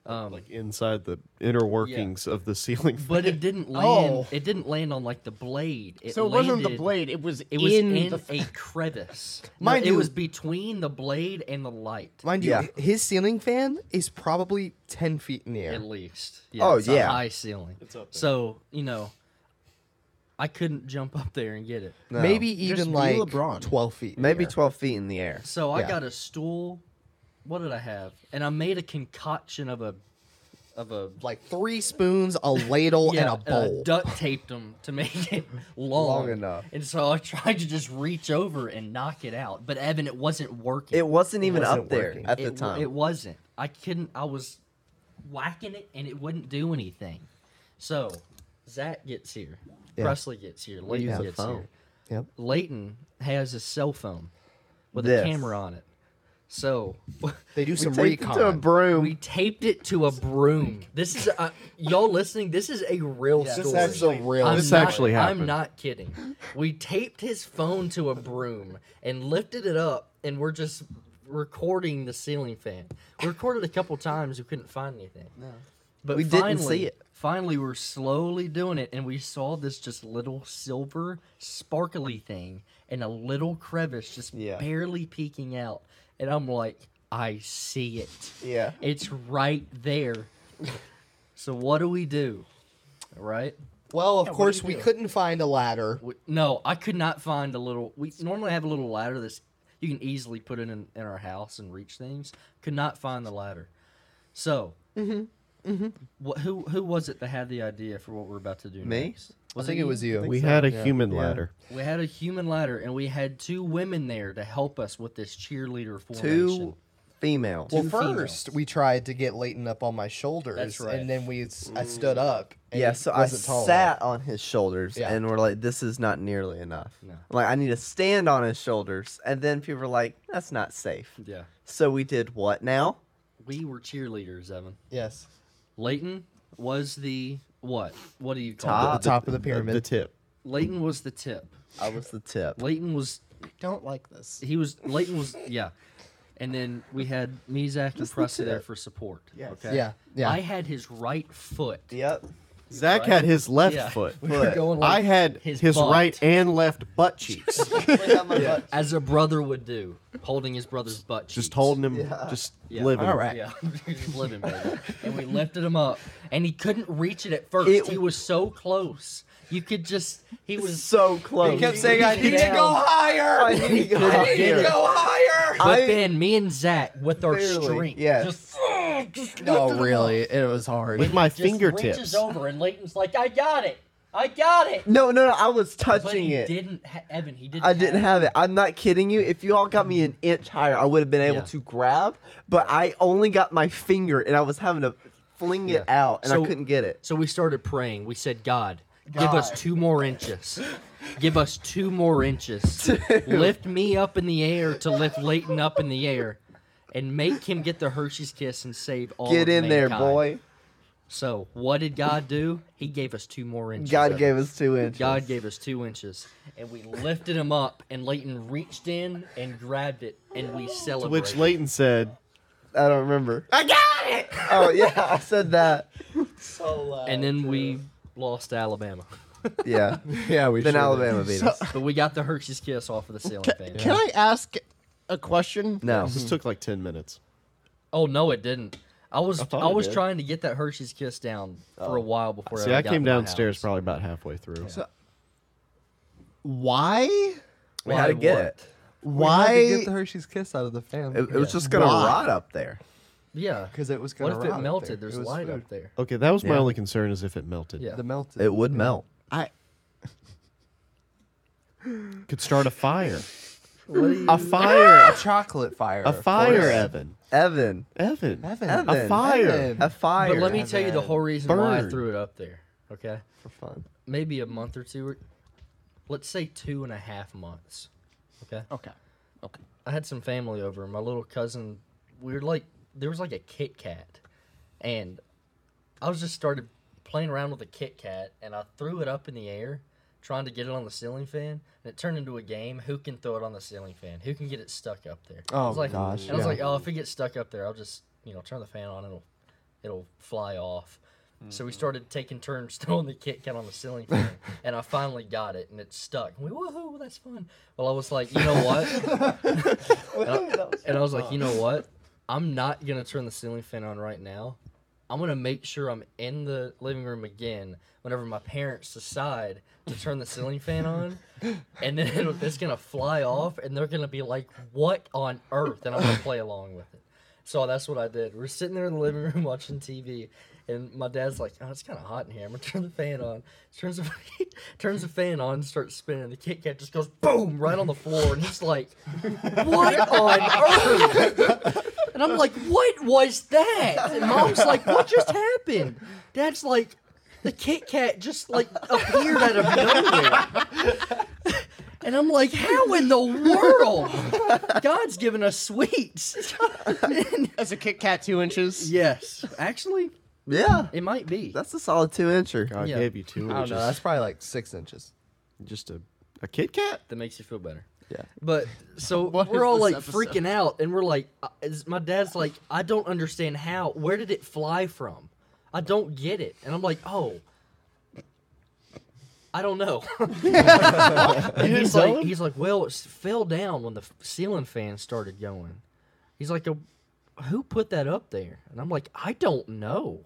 Speaker 1: um,
Speaker 5: Like inside the inner workings of the ceiling. fan.
Speaker 1: but it didn't land
Speaker 4: Oh.
Speaker 1: it didn't land on like the blade it
Speaker 4: so it wasn't the
Speaker 1: landed-
Speaker 4: blade; it was
Speaker 1: it was in,
Speaker 4: in the
Speaker 1: a crevice. No,
Speaker 3: Mind
Speaker 1: it
Speaker 3: you-
Speaker 1: was between the blade and the light,
Speaker 3: Mind you,
Speaker 2: Yeah.
Speaker 3: h- his ceiling fan is probably ten feet in the air.
Speaker 1: at least. Yeah,
Speaker 2: Oh,
Speaker 1: it's a
Speaker 2: yeah.
Speaker 1: high ceiling.
Speaker 5: up there.
Speaker 1: So you know, I couldn't jump up there and get it.
Speaker 2: No.
Speaker 3: Maybe
Speaker 4: Just
Speaker 3: even
Speaker 4: be
Speaker 3: like
Speaker 4: LeBron.
Speaker 3: twelve feet. in the
Speaker 2: Maybe
Speaker 3: air.
Speaker 2: 12 feet in the air.
Speaker 1: So I
Speaker 3: Yeah.
Speaker 1: got a stool. What did I have? And I made a concoction of a of a
Speaker 3: like three spoons, a ladle,
Speaker 1: yeah,
Speaker 3: and a bowl.
Speaker 1: duct taped them to make it long.
Speaker 2: Long enough.
Speaker 1: And so I tried to just reach over and knock it out, but Evan, it wasn't working.
Speaker 2: It wasn't even
Speaker 3: wasn't
Speaker 2: up there
Speaker 3: working.
Speaker 2: at the
Speaker 1: it, w-
Speaker 2: time.
Speaker 1: It wasn't. I couldn't. I was whacking it, and it wouldn't do anything. So Zach gets here.
Speaker 3: Yeah.
Speaker 1: Presley gets here. Layton
Speaker 2: have a
Speaker 1: gets
Speaker 2: phone.
Speaker 1: here.
Speaker 3: Yep.
Speaker 1: Layton has his cell phone with
Speaker 2: This.
Speaker 1: a camera on it. So
Speaker 3: They do some
Speaker 2: Take it to a
Speaker 3: recon.
Speaker 2: broom.
Speaker 1: we taped it to a broom. This is uh, y'all listening. This is a real
Speaker 4: This
Speaker 1: story.
Speaker 4: is a real.
Speaker 1: I'm
Speaker 5: This
Speaker 1: not-
Speaker 5: actually
Speaker 1: I'm
Speaker 5: happened.
Speaker 1: not kidding. We taped his phone to a broom and lifted it up, and we're just recording the ceiling fan. We recorded a couple times. We couldn't find anything. No. But
Speaker 2: We didn't
Speaker 1: finally,
Speaker 2: see it.
Speaker 1: Finally, we're slowly doing it, and we saw this just little silver, sparkly thing and a little crevice just
Speaker 2: Yeah.
Speaker 1: barely peeking out. And I'm like, I see it.
Speaker 2: Yeah.
Speaker 1: It's right there. so, what do we do? Right?
Speaker 3: Well, of course,
Speaker 4: you
Speaker 3: we
Speaker 4: do?
Speaker 3: couldn't find a ladder.
Speaker 1: We- No, I could not find a little. We normally have a little ladder that's you can easily put in in, in our house and reach things. Could not find the ladder. So, What, who who was it that had the idea for what we're about to do?
Speaker 2: Me?
Speaker 1: Next?
Speaker 3: I think it
Speaker 1: you?
Speaker 3: was you.
Speaker 5: We had a
Speaker 3: yeah.
Speaker 5: human
Speaker 2: Yeah.
Speaker 5: ladder.
Speaker 1: We had a human ladder, and we had two women there to help us with this cheerleader formation.
Speaker 2: Two female.
Speaker 3: Well,
Speaker 1: two
Speaker 3: first we tried to get Leighton up on my shoulders,
Speaker 1: That's right.
Speaker 3: and then we s- I stood up. And
Speaker 2: yeah,
Speaker 3: he
Speaker 2: so I
Speaker 3: wasn't tall
Speaker 2: sat on his shoulders
Speaker 3: Yeah.
Speaker 2: and we're like, this is not nearly enough.
Speaker 1: No.
Speaker 2: Like, I need to stand on his shoulders. And then people were like, that's not safe.
Speaker 1: Yeah,
Speaker 2: So we did what now?
Speaker 1: we were cheerleaders, Evan.
Speaker 3: Yes,
Speaker 1: Leighton was the what? What do you call
Speaker 2: Top.
Speaker 1: it?
Speaker 5: The-
Speaker 2: Uh,
Speaker 3: top of the
Speaker 5: The
Speaker 3: pyramid.
Speaker 5: tip.
Speaker 1: Leighton was the tip.
Speaker 2: I was the tip.
Speaker 1: Leighton was
Speaker 4: don't like this.
Speaker 1: he was Leighton was yeah, and then we had Mizak and
Speaker 2: Just
Speaker 1: Preston
Speaker 2: the
Speaker 1: there
Speaker 2: tip.
Speaker 1: for support.
Speaker 2: Yes.
Speaker 1: Okay.
Speaker 3: Yeah, yeah.
Speaker 1: I had his right foot.
Speaker 2: Yep.
Speaker 5: Zach
Speaker 1: Right?
Speaker 5: had his left
Speaker 1: Yeah.
Speaker 5: foot.
Speaker 1: We were
Speaker 2: Foot.
Speaker 1: going
Speaker 5: I
Speaker 1: like
Speaker 5: had
Speaker 1: his
Speaker 5: his,
Speaker 1: butt.
Speaker 5: right and left butt cheeks.
Speaker 1: as a brother would do, holding his brother's butt.
Speaker 5: just
Speaker 1: cheeks.
Speaker 5: holding him, just
Speaker 1: Yeah.
Speaker 5: living.
Speaker 3: All right.
Speaker 1: Yeah, just living, baby. And we lifted him up, and he couldn't reach it at first.
Speaker 2: It-
Speaker 1: he was so close. You could just he was
Speaker 2: So close.
Speaker 1: He kept saying, "I need to go
Speaker 2: higher. I need to go
Speaker 1: I need to
Speaker 2: higher.
Speaker 1: go
Speaker 2: higher.
Speaker 1: But then me and Zach, with our
Speaker 2: Barely,
Speaker 1: strength,
Speaker 2: yes. Oh,
Speaker 1: just, just
Speaker 3: No,
Speaker 1: lifted him
Speaker 3: Oh, really,
Speaker 1: up.
Speaker 3: it was hard.
Speaker 5: With my
Speaker 1: Just
Speaker 5: fingertips.
Speaker 1: reaches over, and Leighton's like, "I got it, I got it."
Speaker 2: no, no, no. I was
Speaker 1: But
Speaker 2: touching
Speaker 1: he
Speaker 2: it.
Speaker 1: didn't, ha- Evan. He didn't.
Speaker 2: I didn't have it. I'm not kidding you. If you all got me an inch higher, I would have been able
Speaker 1: Mm. Yeah.
Speaker 2: to grab, but I only got my finger and I was having to fling it out and
Speaker 1: So-
Speaker 2: I couldn't get it.
Speaker 1: So we started praying. We said, "God, give us two more inches. Give us two more inches. lift me up in the air to lift Leighton up in the air, and make him get the Hershey's kiss and save all.
Speaker 2: Get
Speaker 1: of
Speaker 2: in there,
Speaker 1: mankind."
Speaker 2: boy.
Speaker 1: So what did God do? He gave us two more inches.
Speaker 2: God
Speaker 1: Evan.
Speaker 2: gave us two inches.
Speaker 1: God gave us two inches, and we lifted him up, and Leighton reached in and grabbed it, and we celebrated.
Speaker 5: Which Leighton said,
Speaker 2: I don't remember. I got it. Oh yeah, I said that.
Speaker 1: and then we lost to Alabama.
Speaker 2: Yeah.
Speaker 3: yeah, we
Speaker 2: then
Speaker 3: sure
Speaker 2: Alabama beat us.
Speaker 1: But we got the Hershey's kiss off of the ceiling fan.
Speaker 4: Can I ask a question?
Speaker 2: No.
Speaker 5: this took like 10 minutes.
Speaker 1: Oh no, it didn't. I was I,
Speaker 5: thought it
Speaker 1: was
Speaker 5: did.
Speaker 1: trying to get that Hershey's kiss down for a while before.
Speaker 5: See,
Speaker 1: ever
Speaker 5: I
Speaker 1: got
Speaker 5: came
Speaker 1: to my
Speaker 5: downstairs
Speaker 1: house.
Speaker 5: probably about halfway through.
Speaker 4: Why?
Speaker 2: We had to get
Speaker 1: Why
Speaker 2: it.
Speaker 3: Why
Speaker 4: Why?
Speaker 3: get the Hershey's kiss out of the fan?
Speaker 2: It, it was just gonna
Speaker 4: Why?
Speaker 2: rot up there.
Speaker 1: Yeah,
Speaker 3: because it was.
Speaker 1: what
Speaker 3: Gonna
Speaker 1: if
Speaker 3: rot up
Speaker 1: it
Speaker 3: there.
Speaker 1: melted? There's
Speaker 3: It was
Speaker 1: light
Speaker 3: food.
Speaker 1: up there.
Speaker 5: Okay, that was my
Speaker 2: Yeah.
Speaker 5: only concern is if it melted.
Speaker 1: Yeah.
Speaker 3: The melted.
Speaker 2: It would melt.
Speaker 4: I
Speaker 5: Could start a fire.
Speaker 1: What do you-
Speaker 5: A fire.
Speaker 3: chocolate fire.
Speaker 5: a
Speaker 3: of
Speaker 5: fire,
Speaker 3: course.
Speaker 5: Evan.
Speaker 2: Evan,
Speaker 5: Evan.
Speaker 3: Evan.
Speaker 5: A
Speaker 2: Evan.
Speaker 5: fire.
Speaker 2: a fire.
Speaker 1: but let me tell you the
Speaker 3: Evan.
Speaker 1: whole reason why I
Speaker 5: Burn.
Speaker 1: threw it up there. Okay,
Speaker 2: for fun.
Speaker 1: maybe a month or two, or, let's say two and a half months. Okay,
Speaker 4: okay. Okay.
Speaker 1: I had some family over. My little cousin, we were like, there was like a Kit Kat, and I was just started playing around with a Kit Kat, and I threw it up in the air, trying to get it on the ceiling fan, and it turned into a game. Who can throw it on the ceiling fan? Who can get it stuck up there? I
Speaker 3: Oh,
Speaker 1: was like,
Speaker 3: gosh,
Speaker 1: And I was
Speaker 3: yeah.
Speaker 1: like, oh, if it gets stuck up there, I'll just you know turn the fan on, it'll it'll fly off. So we started taking turns throwing the Kit Kat on the ceiling fan, and I finally got it, and it stuck. And we woohoo, that's fun. Well, I was like, you know what? And I was like, you know what? I'm not gonna turn the ceiling fan on right now. I'm gonna make sure I'm in the living room again whenever my parents decide to turn the ceiling fan on, and then it'll, it's gonna fly off, and they're gonna be like, "What on earth?" And I'm gonna play along with it. So that's what I did. We're sitting there in the living room watching TV, and my dad's like, "Oh, it's kind of hot in here. I'm gonna turn the fan on." Turns the turns the fan on, starts spinning. The Kit Kat just goes boom right on the floor, and he's like, "What on earth?" And I'm like, "What was that?" And mom's like, "What just happened?" Dad's like, "The Kit Kat just like appeared out of nowhere." And I'm like, how in the world? God's giving us sweets. And-
Speaker 4: That's a Kit Kat two inches.
Speaker 1: yes, actually,
Speaker 2: Yeah,
Speaker 1: it might be.
Speaker 2: that's a solid two incher.
Speaker 5: God
Speaker 1: Yeah.
Speaker 5: gave you two
Speaker 3: I don't
Speaker 5: inches.
Speaker 3: know. That's probably like six inches.
Speaker 5: Just a, a Kit Kat?
Speaker 1: that makes you feel better.
Speaker 2: Yeah.
Speaker 1: But so
Speaker 4: What
Speaker 1: we're
Speaker 4: is
Speaker 1: all
Speaker 4: this
Speaker 1: like
Speaker 4: episode?
Speaker 1: freaking out, and we're like, uh, is- my dad's like, I don't understand how. Where did it fly from? I don't get it. And I'm like, oh, I don't know. and he's like, he's like, well, it s- fell down when the f- ceiling fan started going. He's like, "Uh, who put that up there? And I'm like, I don't know.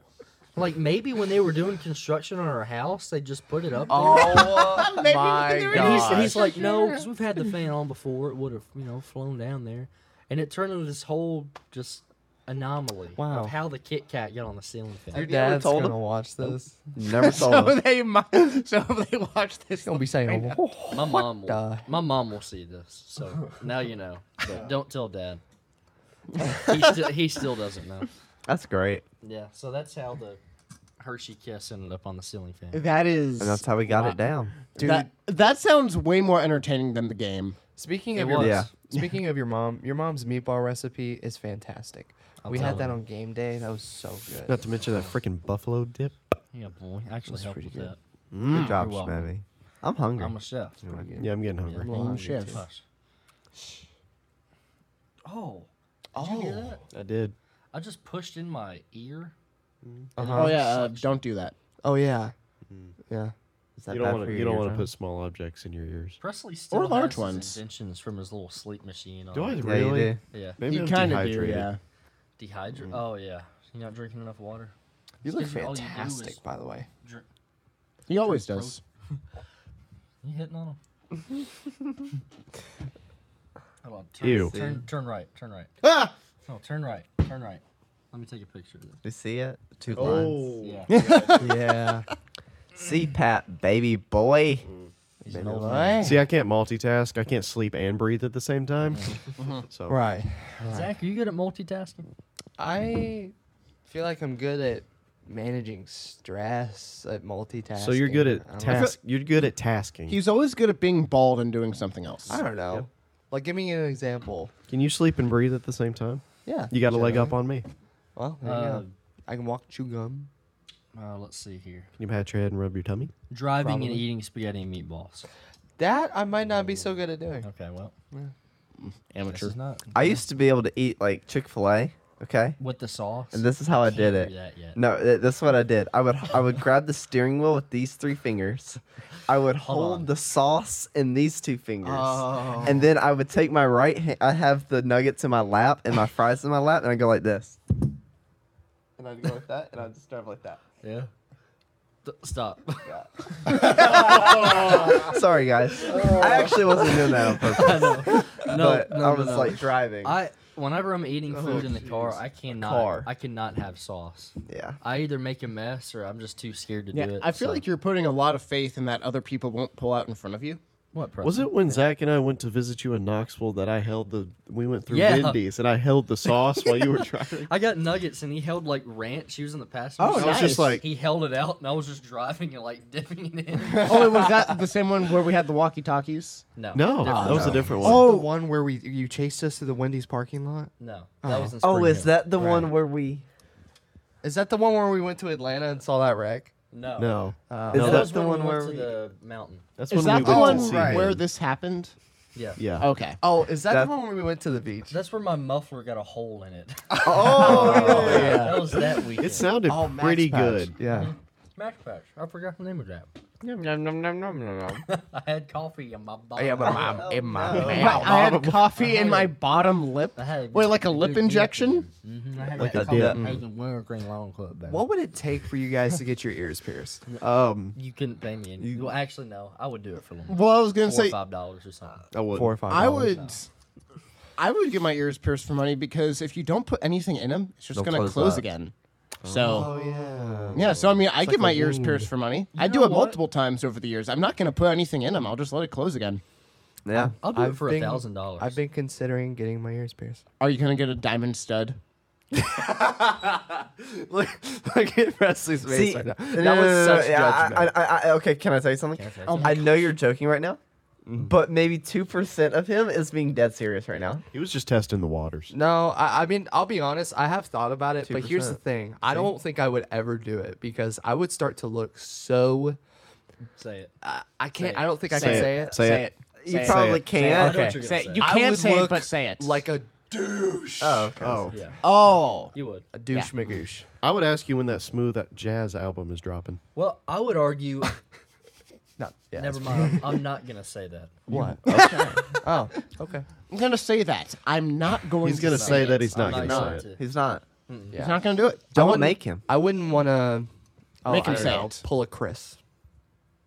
Speaker 1: Like maybe when they were doing construction on our house, they just put it up there.
Speaker 3: Oh
Speaker 4: my
Speaker 3: my
Speaker 1: And he's,
Speaker 3: god!
Speaker 1: he's like, no, because we've had the fan on before. It would have, you know, flown down there. And it turned into this whole just anomaly
Speaker 3: Wow.
Speaker 1: of how the Kit Kat got on the ceiling fan.
Speaker 3: your
Speaker 2: you ever
Speaker 3: dad's
Speaker 2: told
Speaker 3: gonna
Speaker 2: him?
Speaker 3: watch this.
Speaker 2: Never saw.
Speaker 4: So
Speaker 2: him.
Speaker 4: they, mi- so they watch this.
Speaker 3: He's gonna be saying,
Speaker 1: My mom will.
Speaker 3: the-
Speaker 1: My mom will see this, so now you know. But don't tell dad. he, still, he still doesn't know.
Speaker 2: That's great.
Speaker 1: Yeah, so that's how the Hershey Kiss ended up on the ceiling fan.
Speaker 4: That is
Speaker 2: And that's how we got it down.
Speaker 3: dude.
Speaker 4: That that sounds way more entertaining than the game.
Speaker 3: Speaking
Speaker 1: It
Speaker 3: of your,
Speaker 1: was.
Speaker 2: Yeah.
Speaker 3: speaking of your mom, your mom's meatball recipe is fantastic. we
Speaker 1: tell
Speaker 3: had that
Speaker 1: her.
Speaker 3: on game day. That was so good.
Speaker 5: Not to mention that freaking buffalo dip.
Speaker 1: Yeah, boy, actually helped with that.
Speaker 2: Good job,
Speaker 1: You're welcome.
Speaker 2: Smitty. I'm hungry.
Speaker 1: I'm a chef.
Speaker 5: Yeah, I'm getting hungry.
Speaker 4: Oh, shit.
Speaker 1: Gosh. Oh, did you hear that?
Speaker 5: I did.
Speaker 1: I just pushed in my ear.
Speaker 3: Uh-huh.
Speaker 5: uh-huh.
Speaker 4: Oh yeah, uh, don't do that.
Speaker 3: Oh yeah,
Speaker 5: Mm.
Speaker 3: yeah.
Speaker 2: Is that
Speaker 5: you don't
Speaker 2: bad
Speaker 5: want
Speaker 2: for
Speaker 5: to.
Speaker 2: your
Speaker 5: You don't want to
Speaker 2: eardrum?
Speaker 5: put small objects in your ears.
Speaker 1: Presley still has
Speaker 4: large
Speaker 1: his
Speaker 4: ones.
Speaker 1: inventions from his little sleep machine.
Speaker 5: Do I
Speaker 1: on-
Speaker 2: Yeah, you
Speaker 5: really?
Speaker 2: do.
Speaker 1: Yeah.
Speaker 5: Maybe
Speaker 4: you
Speaker 5: I'm
Speaker 4: kind of do,
Speaker 5: dehydrated.
Speaker 4: yeah.
Speaker 1: Dehydrate. Oh yeah. You're not drinking enough water.
Speaker 3: You look
Speaker 1: Excuse me, all you do
Speaker 3: fantastic,
Speaker 1: is-
Speaker 3: by the way.
Speaker 1: Drink.
Speaker 4: He always does.
Speaker 1: You hitting on him? Hold on. Turn,
Speaker 5: Ew.
Speaker 1: Turn, turn right. Turn right.
Speaker 5: Ah!
Speaker 1: No, turn right. Turn right. Let me take a picture of this.
Speaker 2: You see it? Two lines.
Speaker 5: Oh.
Speaker 1: Yeah.
Speaker 3: yeah.
Speaker 2: CPAP, baby boy.
Speaker 1: He's an old man.
Speaker 3: Right.
Speaker 5: See, I can't multitask. I can't sleep and breathe at the same time. so
Speaker 3: Right.
Speaker 1: Zach, are you good at multitasking?
Speaker 5: Mm.
Speaker 3: I feel like I'm good at managing stress, at multitasking.
Speaker 5: So you're good
Speaker 3: I
Speaker 5: at
Speaker 3: don't-
Speaker 5: task. You're good at tasking.
Speaker 4: He's always good at being bald and doing something else.
Speaker 3: I don't know. Like, give me an example.
Speaker 5: Can you sleep and breathe at the same time?
Speaker 3: Yeah.
Speaker 5: You got a leg
Speaker 3: generally.
Speaker 5: up on me. Can
Speaker 3: Well, there you
Speaker 1: Uh,
Speaker 3: go. I can walk chew gum.
Speaker 1: uh, let's see here.
Speaker 5: you pat your head and rub your tummy?
Speaker 1: Driving
Speaker 3: Probably.
Speaker 1: and eating spaghetti and meatballs.
Speaker 3: That I might not be so good at doing.
Speaker 1: Okay, well, this
Speaker 4: Amateur.
Speaker 1: is not.
Speaker 2: I used to be able to eat like Chick Fil A. Okay.
Speaker 1: with the sauce.
Speaker 2: And this is how I did
Speaker 1: do
Speaker 2: it.
Speaker 1: that yet.
Speaker 2: No, th- that's what I did. I would I would grab the steering wheel with these three fingers. I would hold
Speaker 1: on. Oh.
Speaker 2: the sauce in these two fingers. And then I would take my right hand. I have the nuggets in my lap and my fries in my lap, and I go like this. And I'd go like that, and I'd just drive like that.
Speaker 1: yeah. Th- stop.
Speaker 2: Sorry, guys. I actually wasn't doing that on purpose.
Speaker 1: I know. No,
Speaker 2: but
Speaker 1: no,
Speaker 2: I
Speaker 1: no,
Speaker 2: was
Speaker 1: no.
Speaker 2: like driving.
Speaker 1: I whenever I'm eating food in the car, I cannot.
Speaker 2: Car.
Speaker 1: I cannot have sauce.
Speaker 2: yeah.
Speaker 1: I either make a mess or I'm just too scared to
Speaker 4: Yeah,
Speaker 1: do it.
Speaker 4: I feel
Speaker 1: so-
Speaker 4: like you're putting a lot of faith in that other people won't pull out in front of you.
Speaker 1: what Preston?
Speaker 5: Was it when Zach and I went to visit you in Knoxville that I held the? We went through
Speaker 1: Yeah.
Speaker 5: Wendy's and I held the sauce while you were driving.
Speaker 1: I got nuggets and he held like ranch. He was in the passenger.
Speaker 4: Oh,
Speaker 1: seat.
Speaker 4: I was just nice.
Speaker 5: like-
Speaker 1: he held it out and I was just driving and like dipping it in.
Speaker 4: oh, wait, was that the same one where we had the walkie talkies?
Speaker 1: No,
Speaker 5: No,
Speaker 1: different.
Speaker 5: that was a different one.
Speaker 3: Oh,
Speaker 4: Oh.
Speaker 3: the one where we you chased us to the Wendy's parking lot.
Speaker 1: no. That was in
Speaker 2: Oh,
Speaker 1: Spring
Speaker 2: is
Speaker 1: Hill.
Speaker 2: that the
Speaker 3: Right.
Speaker 2: one where we?
Speaker 3: Is that the one where we went to Atlanta and saw that wreck?
Speaker 1: no?
Speaker 5: No,
Speaker 3: Uh,
Speaker 2: Is
Speaker 1: that,
Speaker 5: No,
Speaker 2: that
Speaker 1: was
Speaker 2: the
Speaker 1: when
Speaker 2: one
Speaker 1: we went
Speaker 2: where
Speaker 1: to
Speaker 2: we-
Speaker 1: the mountain.
Speaker 5: that's
Speaker 4: Is
Speaker 5: when
Speaker 4: that
Speaker 5: we
Speaker 4: the
Speaker 5: went
Speaker 4: one
Speaker 5: to see
Speaker 3: right.
Speaker 5: him.
Speaker 4: where this happened?
Speaker 1: Yeah.
Speaker 5: Yeah.
Speaker 4: Okay.
Speaker 3: Oh, is that,
Speaker 2: That-
Speaker 3: the one where we went to the beach?
Speaker 1: That's where my muffler got a hole in it.
Speaker 2: Oh,
Speaker 1: that was that weekend.
Speaker 5: It sounded
Speaker 3: Oh, Max
Speaker 5: pretty
Speaker 3: Patch.
Speaker 5: good.
Speaker 2: yeah.
Speaker 1: Mac Patch. I forgot the name of that.
Speaker 2: That's
Speaker 1: I had coffee in my
Speaker 4: Oh,
Speaker 1: body.
Speaker 3: Yeah, but my- in my
Speaker 4: Wow,
Speaker 3: mouth.
Speaker 4: I had coffee in my bottom lip.
Speaker 1: I had
Speaker 4: Wait, like a lip
Speaker 1: good
Speaker 4: injection?
Speaker 1: Mm-hmm. I had
Speaker 2: Like
Speaker 1: to
Speaker 2: a
Speaker 1: call it
Speaker 2: dip.
Speaker 1: Hagen Winter Green Long Club. Baby.
Speaker 3: What would it take for you guys to get your ears pierced?
Speaker 5: Um,
Speaker 1: You couldn't pay me. Any- well, actually, no. I would do it for like
Speaker 4: Well, I was gonna
Speaker 1: four or
Speaker 4: say
Speaker 1: five dollars or something.
Speaker 5: I would.
Speaker 3: Four or five.
Speaker 4: I
Speaker 3: dollars.
Speaker 4: would. I would get my ears pierced for money because if you don't put anything in them, it's just
Speaker 2: They'll
Speaker 4: gonna close,
Speaker 2: close up.
Speaker 4: again. So
Speaker 3: Oh yeah.
Speaker 4: yeah, so I mean, I get
Speaker 5: like
Speaker 4: my
Speaker 5: a
Speaker 4: ears
Speaker 5: wound.
Speaker 4: pierced for money. I
Speaker 1: know
Speaker 4: do it
Speaker 1: what?
Speaker 4: multiple times over the years. I'm not gonna put anything in them. I'll just let it close again.
Speaker 2: Yeah.
Speaker 1: I'll do it for a
Speaker 3: been-
Speaker 1: thousand dollars.
Speaker 3: I've been considering getting my ears pierced.
Speaker 4: Are you gonna get a diamond stud?
Speaker 3: look, look at Presley's
Speaker 2: See,
Speaker 3: right now.
Speaker 2: no,
Speaker 3: That
Speaker 2: no, no,
Speaker 3: was
Speaker 2: no, no,
Speaker 3: such
Speaker 2: yeah, I-
Speaker 3: judgment.
Speaker 2: I, I, I, okay, can I tell you something?
Speaker 1: Can I tell you
Speaker 2: I know you're joking right now, but maybe two percent of him is being dead serious right now.
Speaker 5: He was just testing the waters.
Speaker 3: No, I, I mean, I'll be honest. I have thought about it, but here's the
Speaker 2: 2%.
Speaker 3: thing. I don't think I would ever do it because I would start to look so.
Speaker 1: Say it.
Speaker 3: I, I can't.
Speaker 1: Say it.
Speaker 3: I don't think I
Speaker 5: Say
Speaker 3: can
Speaker 5: it.
Speaker 3: say it.
Speaker 5: Say it.
Speaker 2: You
Speaker 4: Say it.
Speaker 2: probably
Speaker 5: Say it.
Speaker 1: I
Speaker 2: can't.
Speaker 1: know what
Speaker 3: Okay.
Speaker 1: you're
Speaker 4: Say
Speaker 1: gonna
Speaker 4: it.
Speaker 1: say.
Speaker 4: You
Speaker 3: I
Speaker 4: can
Speaker 3: would
Speaker 4: say it,
Speaker 3: look
Speaker 4: but say it.
Speaker 3: Like a douche.
Speaker 2: Oh, okay.
Speaker 5: Oh,
Speaker 1: Yeah,
Speaker 4: oh,
Speaker 1: you would.
Speaker 3: A douche magoosh.
Speaker 5: I would ask you when that smooth uh, jazz album is dropping.
Speaker 1: Well, I would argue.
Speaker 3: Not. Yeah.
Speaker 1: never mind. I'm not gonna say that.
Speaker 3: What? Okay. oh. Okay.
Speaker 4: I'm gonna say that. I'm not going.
Speaker 5: He's
Speaker 4: to
Speaker 5: gonna say that he's
Speaker 1: I'm
Speaker 5: not gonna
Speaker 1: not
Speaker 5: say
Speaker 1: going
Speaker 5: it.
Speaker 1: to.
Speaker 2: He's not.
Speaker 3: Yeah.
Speaker 4: He's not gonna do it.
Speaker 3: I
Speaker 2: Don't
Speaker 3: wouldn't-
Speaker 2: make him.
Speaker 3: I wouldn't want to. Oh,
Speaker 4: Make him
Speaker 3: I don't
Speaker 4: say
Speaker 3: know,
Speaker 4: it.
Speaker 3: Pull a Chris.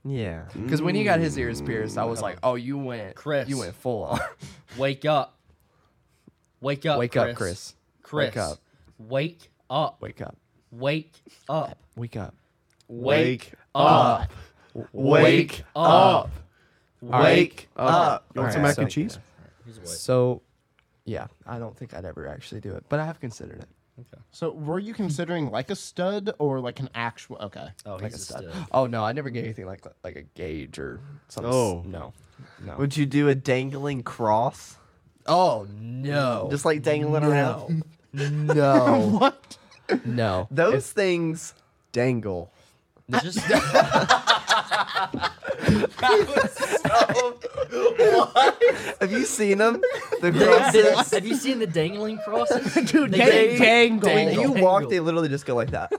Speaker 2: Yeah.
Speaker 3: Because when he got his ears pierced, I was like, "Oh, you went,
Speaker 1: Chris.
Speaker 3: You went full on.
Speaker 1: Wake up. Wake up.
Speaker 3: Wake
Speaker 1: Chris.
Speaker 3: up, Chris.
Speaker 1: Chris.
Speaker 3: Wake up.
Speaker 1: Wake up.
Speaker 3: Wake up.
Speaker 1: Wake up.
Speaker 3: Wake up.
Speaker 5: Wake
Speaker 1: up. up.
Speaker 5: Wake Wake
Speaker 2: up.
Speaker 5: You want
Speaker 3: All
Speaker 5: some
Speaker 3: right,
Speaker 5: mac
Speaker 3: so-
Speaker 5: and cheese?
Speaker 1: He's awake.
Speaker 3: So, yeah, I don't think I'd ever actually do it, but I have considered it.
Speaker 4: So were you considering like a stud or like an actual? Okay.
Speaker 1: Oh, he's
Speaker 3: Like a
Speaker 1: a
Speaker 3: stud.
Speaker 1: stud.
Speaker 3: Oh no, I never get anything like like a gauge or something.
Speaker 5: Oh.
Speaker 3: no, no.
Speaker 2: Would you do a dangling cross?
Speaker 3: oh no,
Speaker 2: Just like dangling around?
Speaker 3: no,
Speaker 4: What?
Speaker 3: no.
Speaker 2: Those things dangle.
Speaker 1: Just
Speaker 2: Have you seen them?
Speaker 1: They-
Speaker 2: The
Speaker 1: they-
Speaker 2: crosses.
Speaker 1: have you seen the dangling crosses? Dude,
Speaker 2: they
Speaker 4: dangle.
Speaker 2: When you walk, they literally just go like that.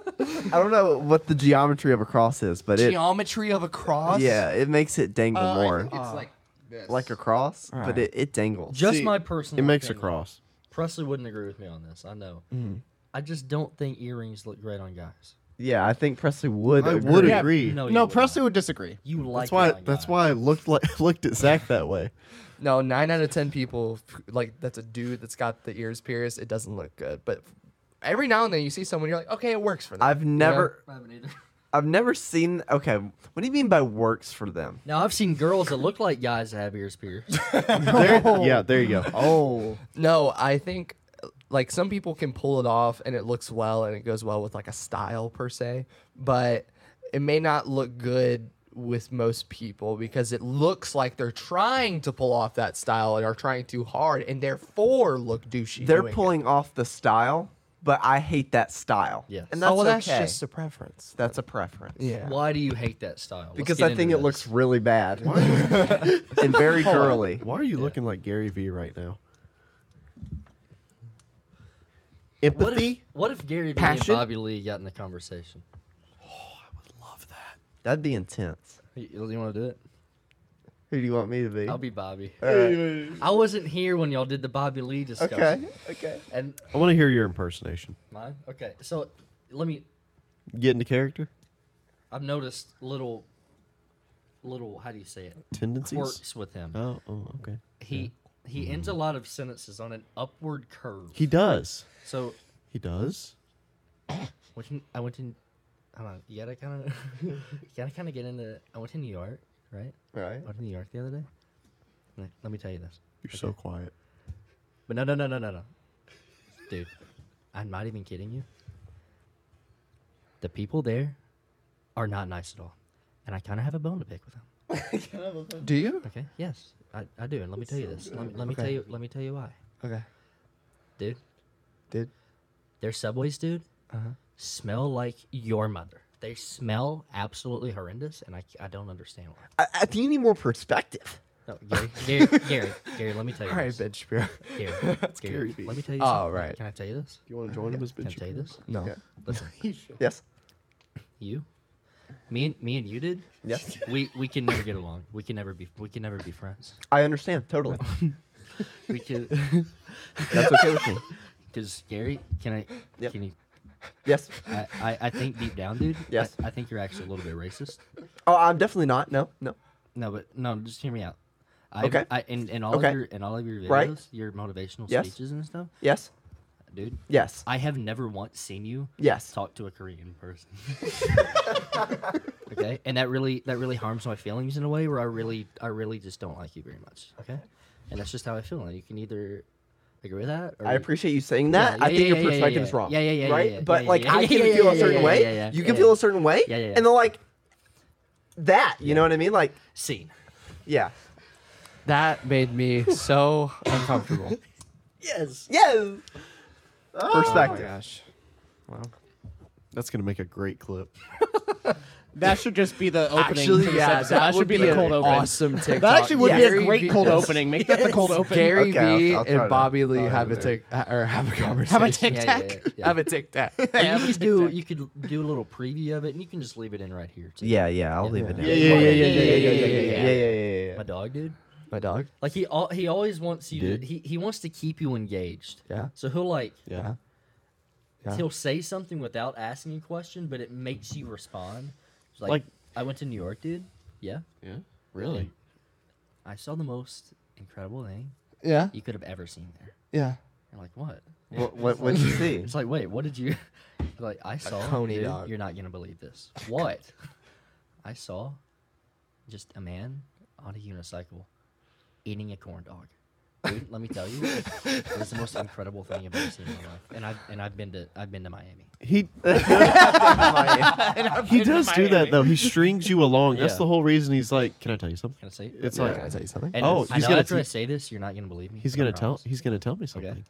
Speaker 2: I don't know what the geometry of a cross is, but it
Speaker 3: Geometry of a cross.
Speaker 2: yeah, it makes it dangle
Speaker 4: Uh, I
Speaker 2: more.
Speaker 4: think it's like this.
Speaker 2: like a cross, but
Speaker 3: Alright.
Speaker 2: it, it dangles.
Speaker 1: Just
Speaker 5: See,
Speaker 1: my personal.
Speaker 5: It makes a
Speaker 1: opinion.
Speaker 5: cross.
Speaker 1: Presley wouldn't agree with me on this. I know. I just don't think earrings look great on guys.
Speaker 2: yeah, I think Presley would.
Speaker 5: I would
Speaker 4: Yeah.
Speaker 5: agree.
Speaker 1: No, you
Speaker 4: no,
Speaker 1: would
Speaker 4: Presley would disagree.
Speaker 1: not. You like.
Speaker 5: That's why.
Speaker 1: it on
Speaker 5: That's
Speaker 1: guys.
Speaker 5: why I looked like looked at Zach that way.
Speaker 3: No, nine out of ten people like that's a dude that's got the ears pierced. It doesn't look good, but every now and then you see someone, you're like, okay, it works for them.
Speaker 2: I've never,
Speaker 1: I haven't either.
Speaker 2: I've never seen. Okay, what do you mean by works for them?
Speaker 1: Now I've seen girls that look like guys that have ears pierced.
Speaker 5: There, yeah, there you go.
Speaker 4: Oh.
Speaker 3: No, I think like some people can pull it off and it looks well and it goes well with like a style per se, but it may not look good with most people because it looks like they're trying to pull off that style and are trying too hard and therefore look douchey.
Speaker 2: They're
Speaker 3: doing it.
Speaker 2: pulling off the style, but I hate that style.
Speaker 1: Yes.
Speaker 2: and that's
Speaker 3: Oh, well, that's
Speaker 2: okay.
Speaker 3: just a preference.
Speaker 2: that's a preference.
Speaker 3: Yeah.
Speaker 1: Why do you hate that style? Let's
Speaker 2: because
Speaker 1: get
Speaker 2: I think
Speaker 1: into
Speaker 2: it
Speaker 1: this.
Speaker 2: looks really bad and very girly.
Speaker 5: Why are you looking like Gary Vee right now? Empathy.
Speaker 1: What if Gary Vee and
Speaker 2: Passion?
Speaker 1: Bobby Lee got in a conversation?
Speaker 2: That'd be intense.
Speaker 1: You, you want to do it?
Speaker 2: Who do you want me to be?
Speaker 1: I'll be Bobby.
Speaker 2: All right.
Speaker 1: I wasn't here when y'all did the Bobby Lee discussion.
Speaker 2: Okay. Okay.
Speaker 1: And
Speaker 5: I want to hear your impersonation.
Speaker 1: mine. Okay. So let me.
Speaker 5: Get into character.
Speaker 1: I've noticed little, little. How do you say it?
Speaker 5: Tendencies.
Speaker 1: Quirks with him.
Speaker 5: Oh, oh, okay.
Speaker 1: He he ends a lot of sentences on an upward curve.
Speaker 5: He does.
Speaker 1: So
Speaker 5: He does.
Speaker 1: went to, I went to. I don't know. You gotta kind of. you gotta kind of get into. I went to New York, right?
Speaker 2: Right.
Speaker 1: I went to New York the other day. Let- Let me tell you this.
Speaker 5: You're so quiet.
Speaker 1: But no, no, no, no, no, no. Dude, I'm not even kidding you. The people there are not nice at all. And I kind of have a bone to pick with them.
Speaker 3: Do you?
Speaker 1: Okay? Yes, I, I do. And let me tell you this. Let me, let me tell you let me tell you why.
Speaker 3: Okay.
Speaker 1: Dude,
Speaker 3: Did
Speaker 1: their subways, dude,
Speaker 3: Uh-huh.
Speaker 1: smell like your mother. They smell absolutely horrendous, and I, c- I don't understand why.
Speaker 2: I, I think you need more perspective.
Speaker 1: No, Gary, Gary, Gary, Gary, let me tell you
Speaker 3: all right,
Speaker 1: this.
Speaker 3: Ben Shapiro.
Speaker 1: Gary, Gary,
Speaker 5: Gary B.
Speaker 1: let me tell you
Speaker 3: Oh,
Speaker 1: something.
Speaker 3: right.
Speaker 1: Can I tell you this?
Speaker 5: You want to join him as
Speaker 1: Can I tell you this?
Speaker 3: No.
Speaker 1: Listen,
Speaker 2: Yes.
Speaker 1: You, me and me and you did.
Speaker 2: Yes.
Speaker 1: We we can never get along. We can never be we can never be friends.
Speaker 2: I understand totally.
Speaker 1: We can
Speaker 2: That's okay with me.
Speaker 1: because Gary. Can I?
Speaker 2: Yep.
Speaker 1: Can you?
Speaker 2: Yes.
Speaker 1: I, I I think deep down, dude.
Speaker 2: Yes.
Speaker 1: I, I think you're actually a little bit racist.
Speaker 2: Oh, I'm definitely not. No, no.
Speaker 1: No, but no, just hear me out. I,
Speaker 2: Okay.
Speaker 1: I in, in all
Speaker 2: Okay.
Speaker 1: of your in all of your videos,
Speaker 2: Right.
Speaker 1: your motivational
Speaker 2: Yes.
Speaker 1: speeches and stuff,
Speaker 2: Yes.
Speaker 1: dude.
Speaker 2: Yes.
Speaker 1: I have never once seen you
Speaker 2: Yes.
Speaker 1: talk to a Korean person. okay, and that really that really harms my feelings in a way where I really I really just don't like you very much. Okay, and that's just how I feel. And you can either agree with that. Or
Speaker 2: I
Speaker 1: you-
Speaker 2: appreciate you saying that.
Speaker 1: yeah,
Speaker 2: I think
Speaker 1: yeah,
Speaker 2: your
Speaker 1: yeah, yeah,
Speaker 2: perspective
Speaker 1: yeah.
Speaker 2: is wrong.
Speaker 1: Yeah, yeah, yeah, yeah,
Speaker 2: Right?
Speaker 1: yeah,
Speaker 2: but
Speaker 1: yeah,
Speaker 2: like
Speaker 1: yeah,
Speaker 2: I
Speaker 1: yeah,
Speaker 2: can
Speaker 1: yeah,
Speaker 2: feel
Speaker 1: yeah,
Speaker 2: a certain
Speaker 1: yeah,
Speaker 2: way.
Speaker 1: yeah, yeah,
Speaker 2: you can
Speaker 1: yeah.
Speaker 2: feel a certain way.
Speaker 1: Yeah, yeah, yeah.
Speaker 2: And then like that. You know what I mean? Like
Speaker 1: scene.
Speaker 2: yeah.
Speaker 6: That made me so uncomfortable.
Speaker 1: Yes.
Speaker 2: Yes.
Speaker 3: Oh my
Speaker 2: Perspective.
Speaker 3: gosh.
Speaker 5: That's gonna make a great clip.
Speaker 6: That should just be the opening.
Speaker 2: Actually,
Speaker 6: to this
Speaker 2: yeah,
Speaker 6: episode.
Speaker 2: that
Speaker 6: that, should
Speaker 2: would
Speaker 6: be
Speaker 2: be
Speaker 6: the
Speaker 2: an
Speaker 6: cold open. Awesome TikTok.
Speaker 4: That actually would be
Speaker 6: Gary
Speaker 4: a great
Speaker 6: Vee-
Speaker 4: cold opening. Make that the cold opening.
Speaker 6: Gary
Speaker 2: Okay, I'll-
Speaker 6: Vee
Speaker 2: I'll try
Speaker 6: and
Speaker 2: that.
Speaker 6: Bobby Lee
Speaker 2: I'll
Speaker 6: have a
Speaker 2: do
Speaker 6: tick or have a conversation.
Speaker 4: Have a tic tac.
Speaker 1: Yeah, yeah, yeah.
Speaker 6: Have a tic tac.
Speaker 1: Or you could do you could do a little preview of it, and you can just leave it in right here. Too.
Speaker 2: Yeah, yeah. I'll leave it. in.
Speaker 5: yeah, yeah, yeah,
Speaker 4: yeah,
Speaker 5: yeah, yeah,
Speaker 4: yeah,
Speaker 2: yeah, yeah, yeah, yeah.
Speaker 1: My dog, dude.
Speaker 6: My dog.
Speaker 1: Like he al- he always wants you to he, he wants to keep you engaged.
Speaker 6: Yeah.
Speaker 1: So he'll like
Speaker 5: Yeah.
Speaker 6: Yeah.
Speaker 1: he'll say something without asking a question, but it makes you respond. It's like,
Speaker 5: Like-
Speaker 1: I went to New York, dude. Yeah.
Speaker 5: Yeah. Really?
Speaker 1: I saw the most incredible thing
Speaker 3: Yeah.
Speaker 1: you could have ever seen there.
Speaker 3: Yeah.
Speaker 1: You're like, what?
Speaker 2: What, what would you see?
Speaker 1: It's like, wait, what did you? like, I saw.
Speaker 6: coney
Speaker 1: dude,
Speaker 6: dog.
Speaker 1: You're not gonna believe this. What? I saw, just a man on a unicycle, eating a corn dog. Dude, let me tell you, it was the most incredible thing I've ever seen in my life. And I've and I've been to I've been to Miami.
Speaker 5: He he does do that though. He strings you along. That's
Speaker 1: Yeah.
Speaker 5: the whole reason he's like, "Can I tell you something?"
Speaker 1: Can I say?
Speaker 5: It's
Speaker 3: Can I
Speaker 5: like
Speaker 3: tell you something?
Speaker 1: And
Speaker 5: Oh,
Speaker 1: I
Speaker 5: he's
Speaker 1: know
Speaker 5: gonna
Speaker 1: after I
Speaker 5: te-
Speaker 1: say this, you're not gonna believe me.
Speaker 5: he's
Speaker 1: I
Speaker 5: gonna tell
Speaker 1: promise.
Speaker 5: he's gonna tell me something.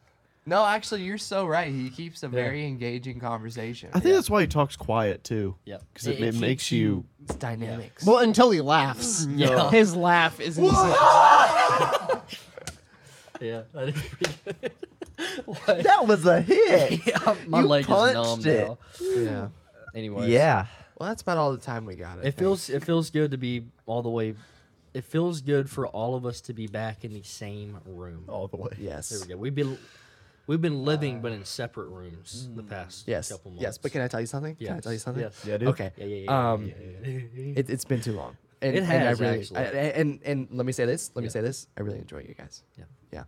Speaker 6: No, actually, you're so right. He keeps a very engaging conversation.
Speaker 5: I think that's why he talks quiet too.
Speaker 1: Yeah.
Speaker 5: because it,
Speaker 1: It- it
Speaker 5: it makes
Speaker 1: keeps
Speaker 5: you.
Speaker 6: it's dynamics.
Speaker 4: Well, until he laughs.
Speaker 1: Mm, Yeah.
Speaker 4: His laugh is insane.
Speaker 1: Yeah. That is pretty good.
Speaker 2: That was a hit.
Speaker 1: yeah, my
Speaker 2: You
Speaker 1: leg is numb
Speaker 2: punched it.
Speaker 1: now.
Speaker 6: yeah.
Speaker 1: Anyway.
Speaker 2: yeah.
Speaker 6: Well, that's about all the time we got. I
Speaker 1: It
Speaker 6: think.
Speaker 1: feels it feels good to be all the way. It feels good for all of us to be back in the same room.
Speaker 3: All the way.
Speaker 1: There we
Speaker 3: Oh, Yes.
Speaker 1: go. We've been we've been living but in separate rooms the past
Speaker 3: Mm. Yes.
Speaker 1: couple months.
Speaker 3: Yes. But can I tell you something? Can I
Speaker 1: Yes.
Speaker 3: tell you something?
Speaker 1: Yes.
Speaker 5: Yeah, dude.
Speaker 3: Okay.
Speaker 1: yeah, yeah, yeah,
Speaker 3: Um,
Speaker 1: yeah, yeah, yeah.
Speaker 3: It, it's been too long. And,
Speaker 1: It
Speaker 3: and I
Speaker 1: has,
Speaker 3: really,
Speaker 1: actually.
Speaker 3: I- I- and and let me say this. Let me
Speaker 1: Yeah.
Speaker 3: say this. I really enjoy you guys.
Speaker 1: Yeah.
Speaker 3: Yeah.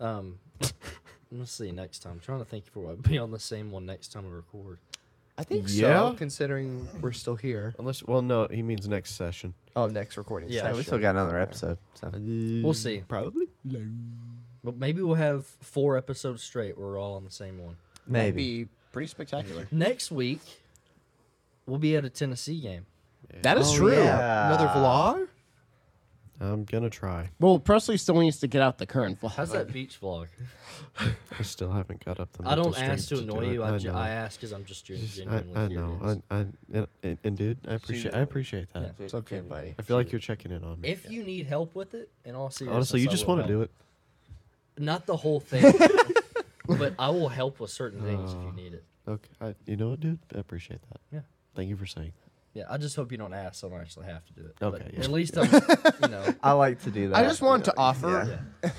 Speaker 1: Um, let's see next time. I'm trying to think if we'll be on the same one next time we record.
Speaker 6: I think
Speaker 5: Yeah.
Speaker 6: so, considering we're still here.
Speaker 5: Unless, well, no, he means next session.
Speaker 3: Oh, next recording.
Speaker 1: Yeah.
Speaker 2: Yeah, we still got another episode. So.
Speaker 3: Mm,
Speaker 1: We'll see.
Speaker 5: Probably.
Speaker 1: But maybe we'll have four episodes straight where we're all on the same one.
Speaker 4: That'd
Speaker 2: Maybe.
Speaker 4: be pretty spectacular.
Speaker 1: Next week, we'll be at a Tennessee game.
Speaker 4: That
Speaker 3: Oh,
Speaker 4: is true.
Speaker 2: yeah.
Speaker 6: Another vlog?
Speaker 5: I'm gonna try.
Speaker 4: Well, Presley still needs to get out the current vlog.
Speaker 1: How's that beach vlog?
Speaker 5: I still haven't got up the.
Speaker 1: I
Speaker 5: mental
Speaker 1: don't ask to
Speaker 5: strength do
Speaker 1: annoy
Speaker 5: it.
Speaker 1: you. I,
Speaker 5: I
Speaker 1: ju-
Speaker 5: know.
Speaker 1: I ask because I'm just genu-
Speaker 5: Just- I-
Speaker 1: genuinely
Speaker 5: I
Speaker 1: curious.
Speaker 5: know. I, I, and- and, and dude, I appreciate. I appreciate that.
Speaker 3: It's okay, buddy.
Speaker 5: I feel like you're checking in on me.
Speaker 1: If you need help with it, and all seriousness,
Speaker 5: Honestly, you just want to do it.
Speaker 1: Not the whole thing, but I will help with certain things if you need it.
Speaker 5: Okay. I, you know what, dude? I appreciate that.
Speaker 1: Yeah.
Speaker 5: Thank you for saying.
Speaker 1: Yeah, I just hope you don't ask, so I don't actually have to do it.
Speaker 5: Okay,
Speaker 1: But
Speaker 5: yeah.
Speaker 1: At least I'm, you know.
Speaker 2: I like to do that.
Speaker 4: I just wanted to offer.
Speaker 2: Yeah.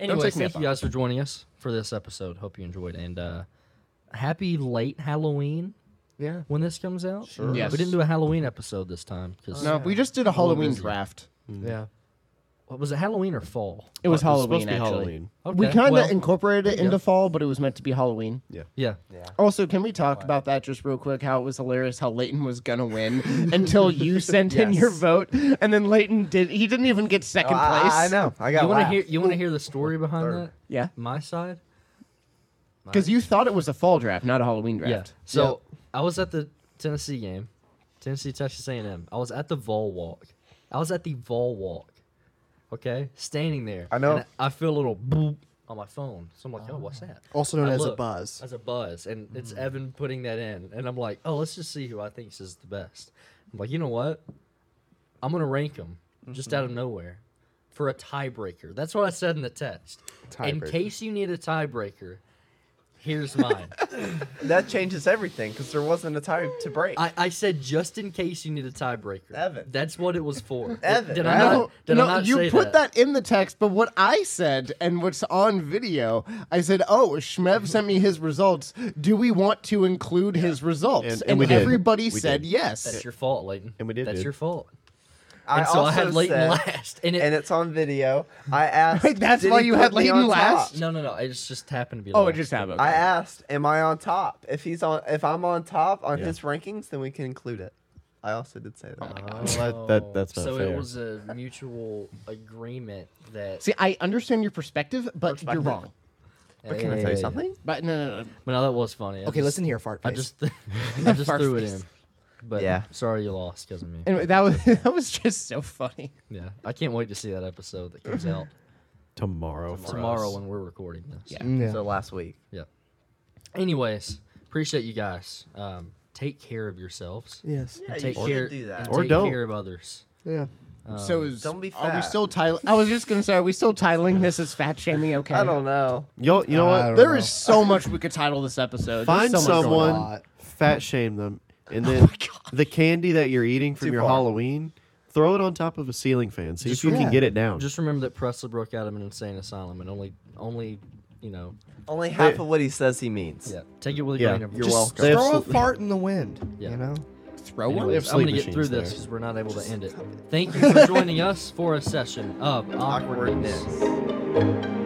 Speaker 1: Anyway,
Speaker 4: take me
Speaker 1: thank
Speaker 4: up
Speaker 1: you guys for joining us for this episode. Hope you enjoyed, and uh, happy late Halloween
Speaker 6: Yeah.
Speaker 1: when this comes out. Sure.
Speaker 4: Yes.
Speaker 1: We didn't do a Halloween episode this time because
Speaker 4: No, we just did a Halloween draft.
Speaker 1: Mm.
Speaker 6: Yeah.
Speaker 1: was it Halloween or fall?
Speaker 4: It was
Speaker 5: Uh, it's supposed
Speaker 4: Halloween,
Speaker 5: to be
Speaker 4: actually.
Speaker 5: Halloween.
Speaker 4: We
Speaker 1: Okay,
Speaker 4: kind of
Speaker 1: well-
Speaker 4: incorporated it
Speaker 1: Yeah.
Speaker 4: into fall, but it was meant to be Halloween.
Speaker 1: Yeah.
Speaker 4: Also, can we talk about that just real quick? How it was hilarious how Leighton was gonna win until you sent in your vote, and then Leighton did. He didn't even get second
Speaker 2: Oh, I,
Speaker 4: place.
Speaker 2: I know. I got.
Speaker 1: You want to
Speaker 2: laughed.
Speaker 1: hear? You want to hear the story behind that?
Speaker 4: Yeah,
Speaker 1: My side.
Speaker 4: because you thought it was a fall draft, not a Halloween
Speaker 1: Yeah.
Speaker 4: draft.
Speaker 1: So I was at the Tennessee game, Tennessee Texas A&M. I was at the Vol Walk. I was at the Vol Walk. Okay, standing there.
Speaker 2: I know.
Speaker 1: And I I feel a little boop on my phone, so I'm like, oh, what's that?
Speaker 3: Also known
Speaker 1: I
Speaker 3: as a
Speaker 1: look,
Speaker 3: buzz.
Speaker 1: As a buzz, and it's Evan putting that in, and I'm like, oh, let's just see who I think is the best. I'm like, you know what? I'm gonna rank them just out of nowhere for a tiebreaker. That's what I said in the text. In
Speaker 3: Tiebreaker.
Speaker 1: case you need a tiebreaker, here's mine.
Speaker 2: That changes everything because there wasn't a time to break.
Speaker 1: I, I said just in case you need a tiebreaker.
Speaker 2: Evan.
Speaker 1: That's what it was for.
Speaker 2: Evan.
Speaker 1: Did I
Speaker 4: No,
Speaker 1: not, did
Speaker 4: no,
Speaker 1: I not
Speaker 4: you
Speaker 1: say
Speaker 4: put that. in the text, but what I said and what's on video, I said, "Oh, Shmev sent me his results. Do we want to include his results?"
Speaker 5: And- and we did.
Speaker 4: everybody
Speaker 5: We
Speaker 4: said
Speaker 5: did.
Speaker 4: yes.
Speaker 1: That's your fault, Layton.
Speaker 5: And we did,
Speaker 1: That's
Speaker 5: dude.
Speaker 1: your fault.
Speaker 2: I
Speaker 1: And so I
Speaker 2: also
Speaker 1: had Layton
Speaker 2: said-
Speaker 1: last. And it,
Speaker 2: and it's on video. I asked.
Speaker 4: Wait, that's
Speaker 2: "Did
Speaker 4: why
Speaker 2: he
Speaker 4: you
Speaker 2: put
Speaker 4: had
Speaker 2: me
Speaker 4: Leighton
Speaker 2: on
Speaker 4: last?
Speaker 2: top?"
Speaker 1: no, no, no. It just, just happened to be.
Speaker 4: Oh, it
Speaker 1: last.
Speaker 4: just happened.
Speaker 2: I asked, "Am I on top? If he's on, if I'm on top on his rankings, then we can include it." I also did say that. Oh,
Speaker 5: Well, that, that, that's not
Speaker 1: Oh. so
Speaker 5: fair.
Speaker 1: it was a mutual agreement that.
Speaker 4: See, I understand your perspective, but
Speaker 2: Perspective.
Speaker 4: you're wrong.
Speaker 2: but can I tell you something?
Speaker 4: But no, no, no.
Speaker 1: But no, that was funny. I
Speaker 3: Okay,
Speaker 1: just-
Speaker 3: listen here, fart
Speaker 1: I
Speaker 3: face.
Speaker 1: just, I just threw it in. But
Speaker 2: Yeah.
Speaker 1: sorry you lost because of me.
Speaker 4: Anyway, that was that was just so funny.
Speaker 1: Yeah, I can't wait to see that episode that comes out
Speaker 5: tomorrow. for
Speaker 1: tomorrow
Speaker 5: us.
Speaker 1: when we're recording this. Yeah.
Speaker 3: Yeah.
Speaker 2: So last week.
Speaker 1: Anyways, appreciate you guys. Um, take care of yourselves.
Speaker 3: yes.
Speaker 2: Yeah,
Speaker 1: take
Speaker 2: you
Speaker 1: care
Speaker 2: should do
Speaker 1: and
Speaker 2: that.
Speaker 5: Or
Speaker 1: take
Speaker 5: don't.
Speaker 1: care of others.
Speaker 3: Yeah.
Speaker 4: so is,
Speaker 2: don't be
Speaker 4: Are we
Speaker 2: fat.
Speaker 4: still titling? I was just gonna say, are we still titling this as fat shaming? Okay.
Speaker 2: I don't know.
Speaker 5: Yo, you know
Speaker 3: I
Speaker 5: what?
Speaker 3: don't
Speaker 4: There
Speaker 3: know.
Speaker 4: is so much we could title this episode. There's
Speaker 5: Find
Speaker 4: so much going on. Oh
Speaker 5: someone,
Speaker 3: on.
Speaker 5: fat shame them, and then the candy that you're eating from
Speaker 2: Too
Speaker 5: your
Speaker 2: far.
Speaker 5: Halloween, throw it on top of a ceiling fan. See
Speaker 1: Just
Speaker 5: if you
Speaker 3: yeah.
Speaker 5: can get it down.
Speaker 1: Just remember that Presley broke out of an insane asylum and only only you know
Speaker 2: Only half of what he says he means.
Speaker 1: yeah take it with a
Speaker 5: Yeah,
Speaker 1: grain of
Speaker 2: you're
Speaker 1: just-
Speaker 2: welcome.
Speaker 5: They have
Speaker 3: Throw a
Speaker 5: sl-
Speaker 3: fart in the wind.
Speaker 1: Yeah.
Speaker 3: You know.
Speaker 4: Throw one.
Speaker 1: Anyways,
Speaker 5: have
Speaker 1: I'm gonna
Speaker 5: sleep
Speaker 1: get through
Speaker 5: machines
Speaker 1: this
Speaker 5: there.
Speaker 1: because we're not able to end it. Thank you for joining us for a session of awkwardness.
Speaker 2: Awkwardness.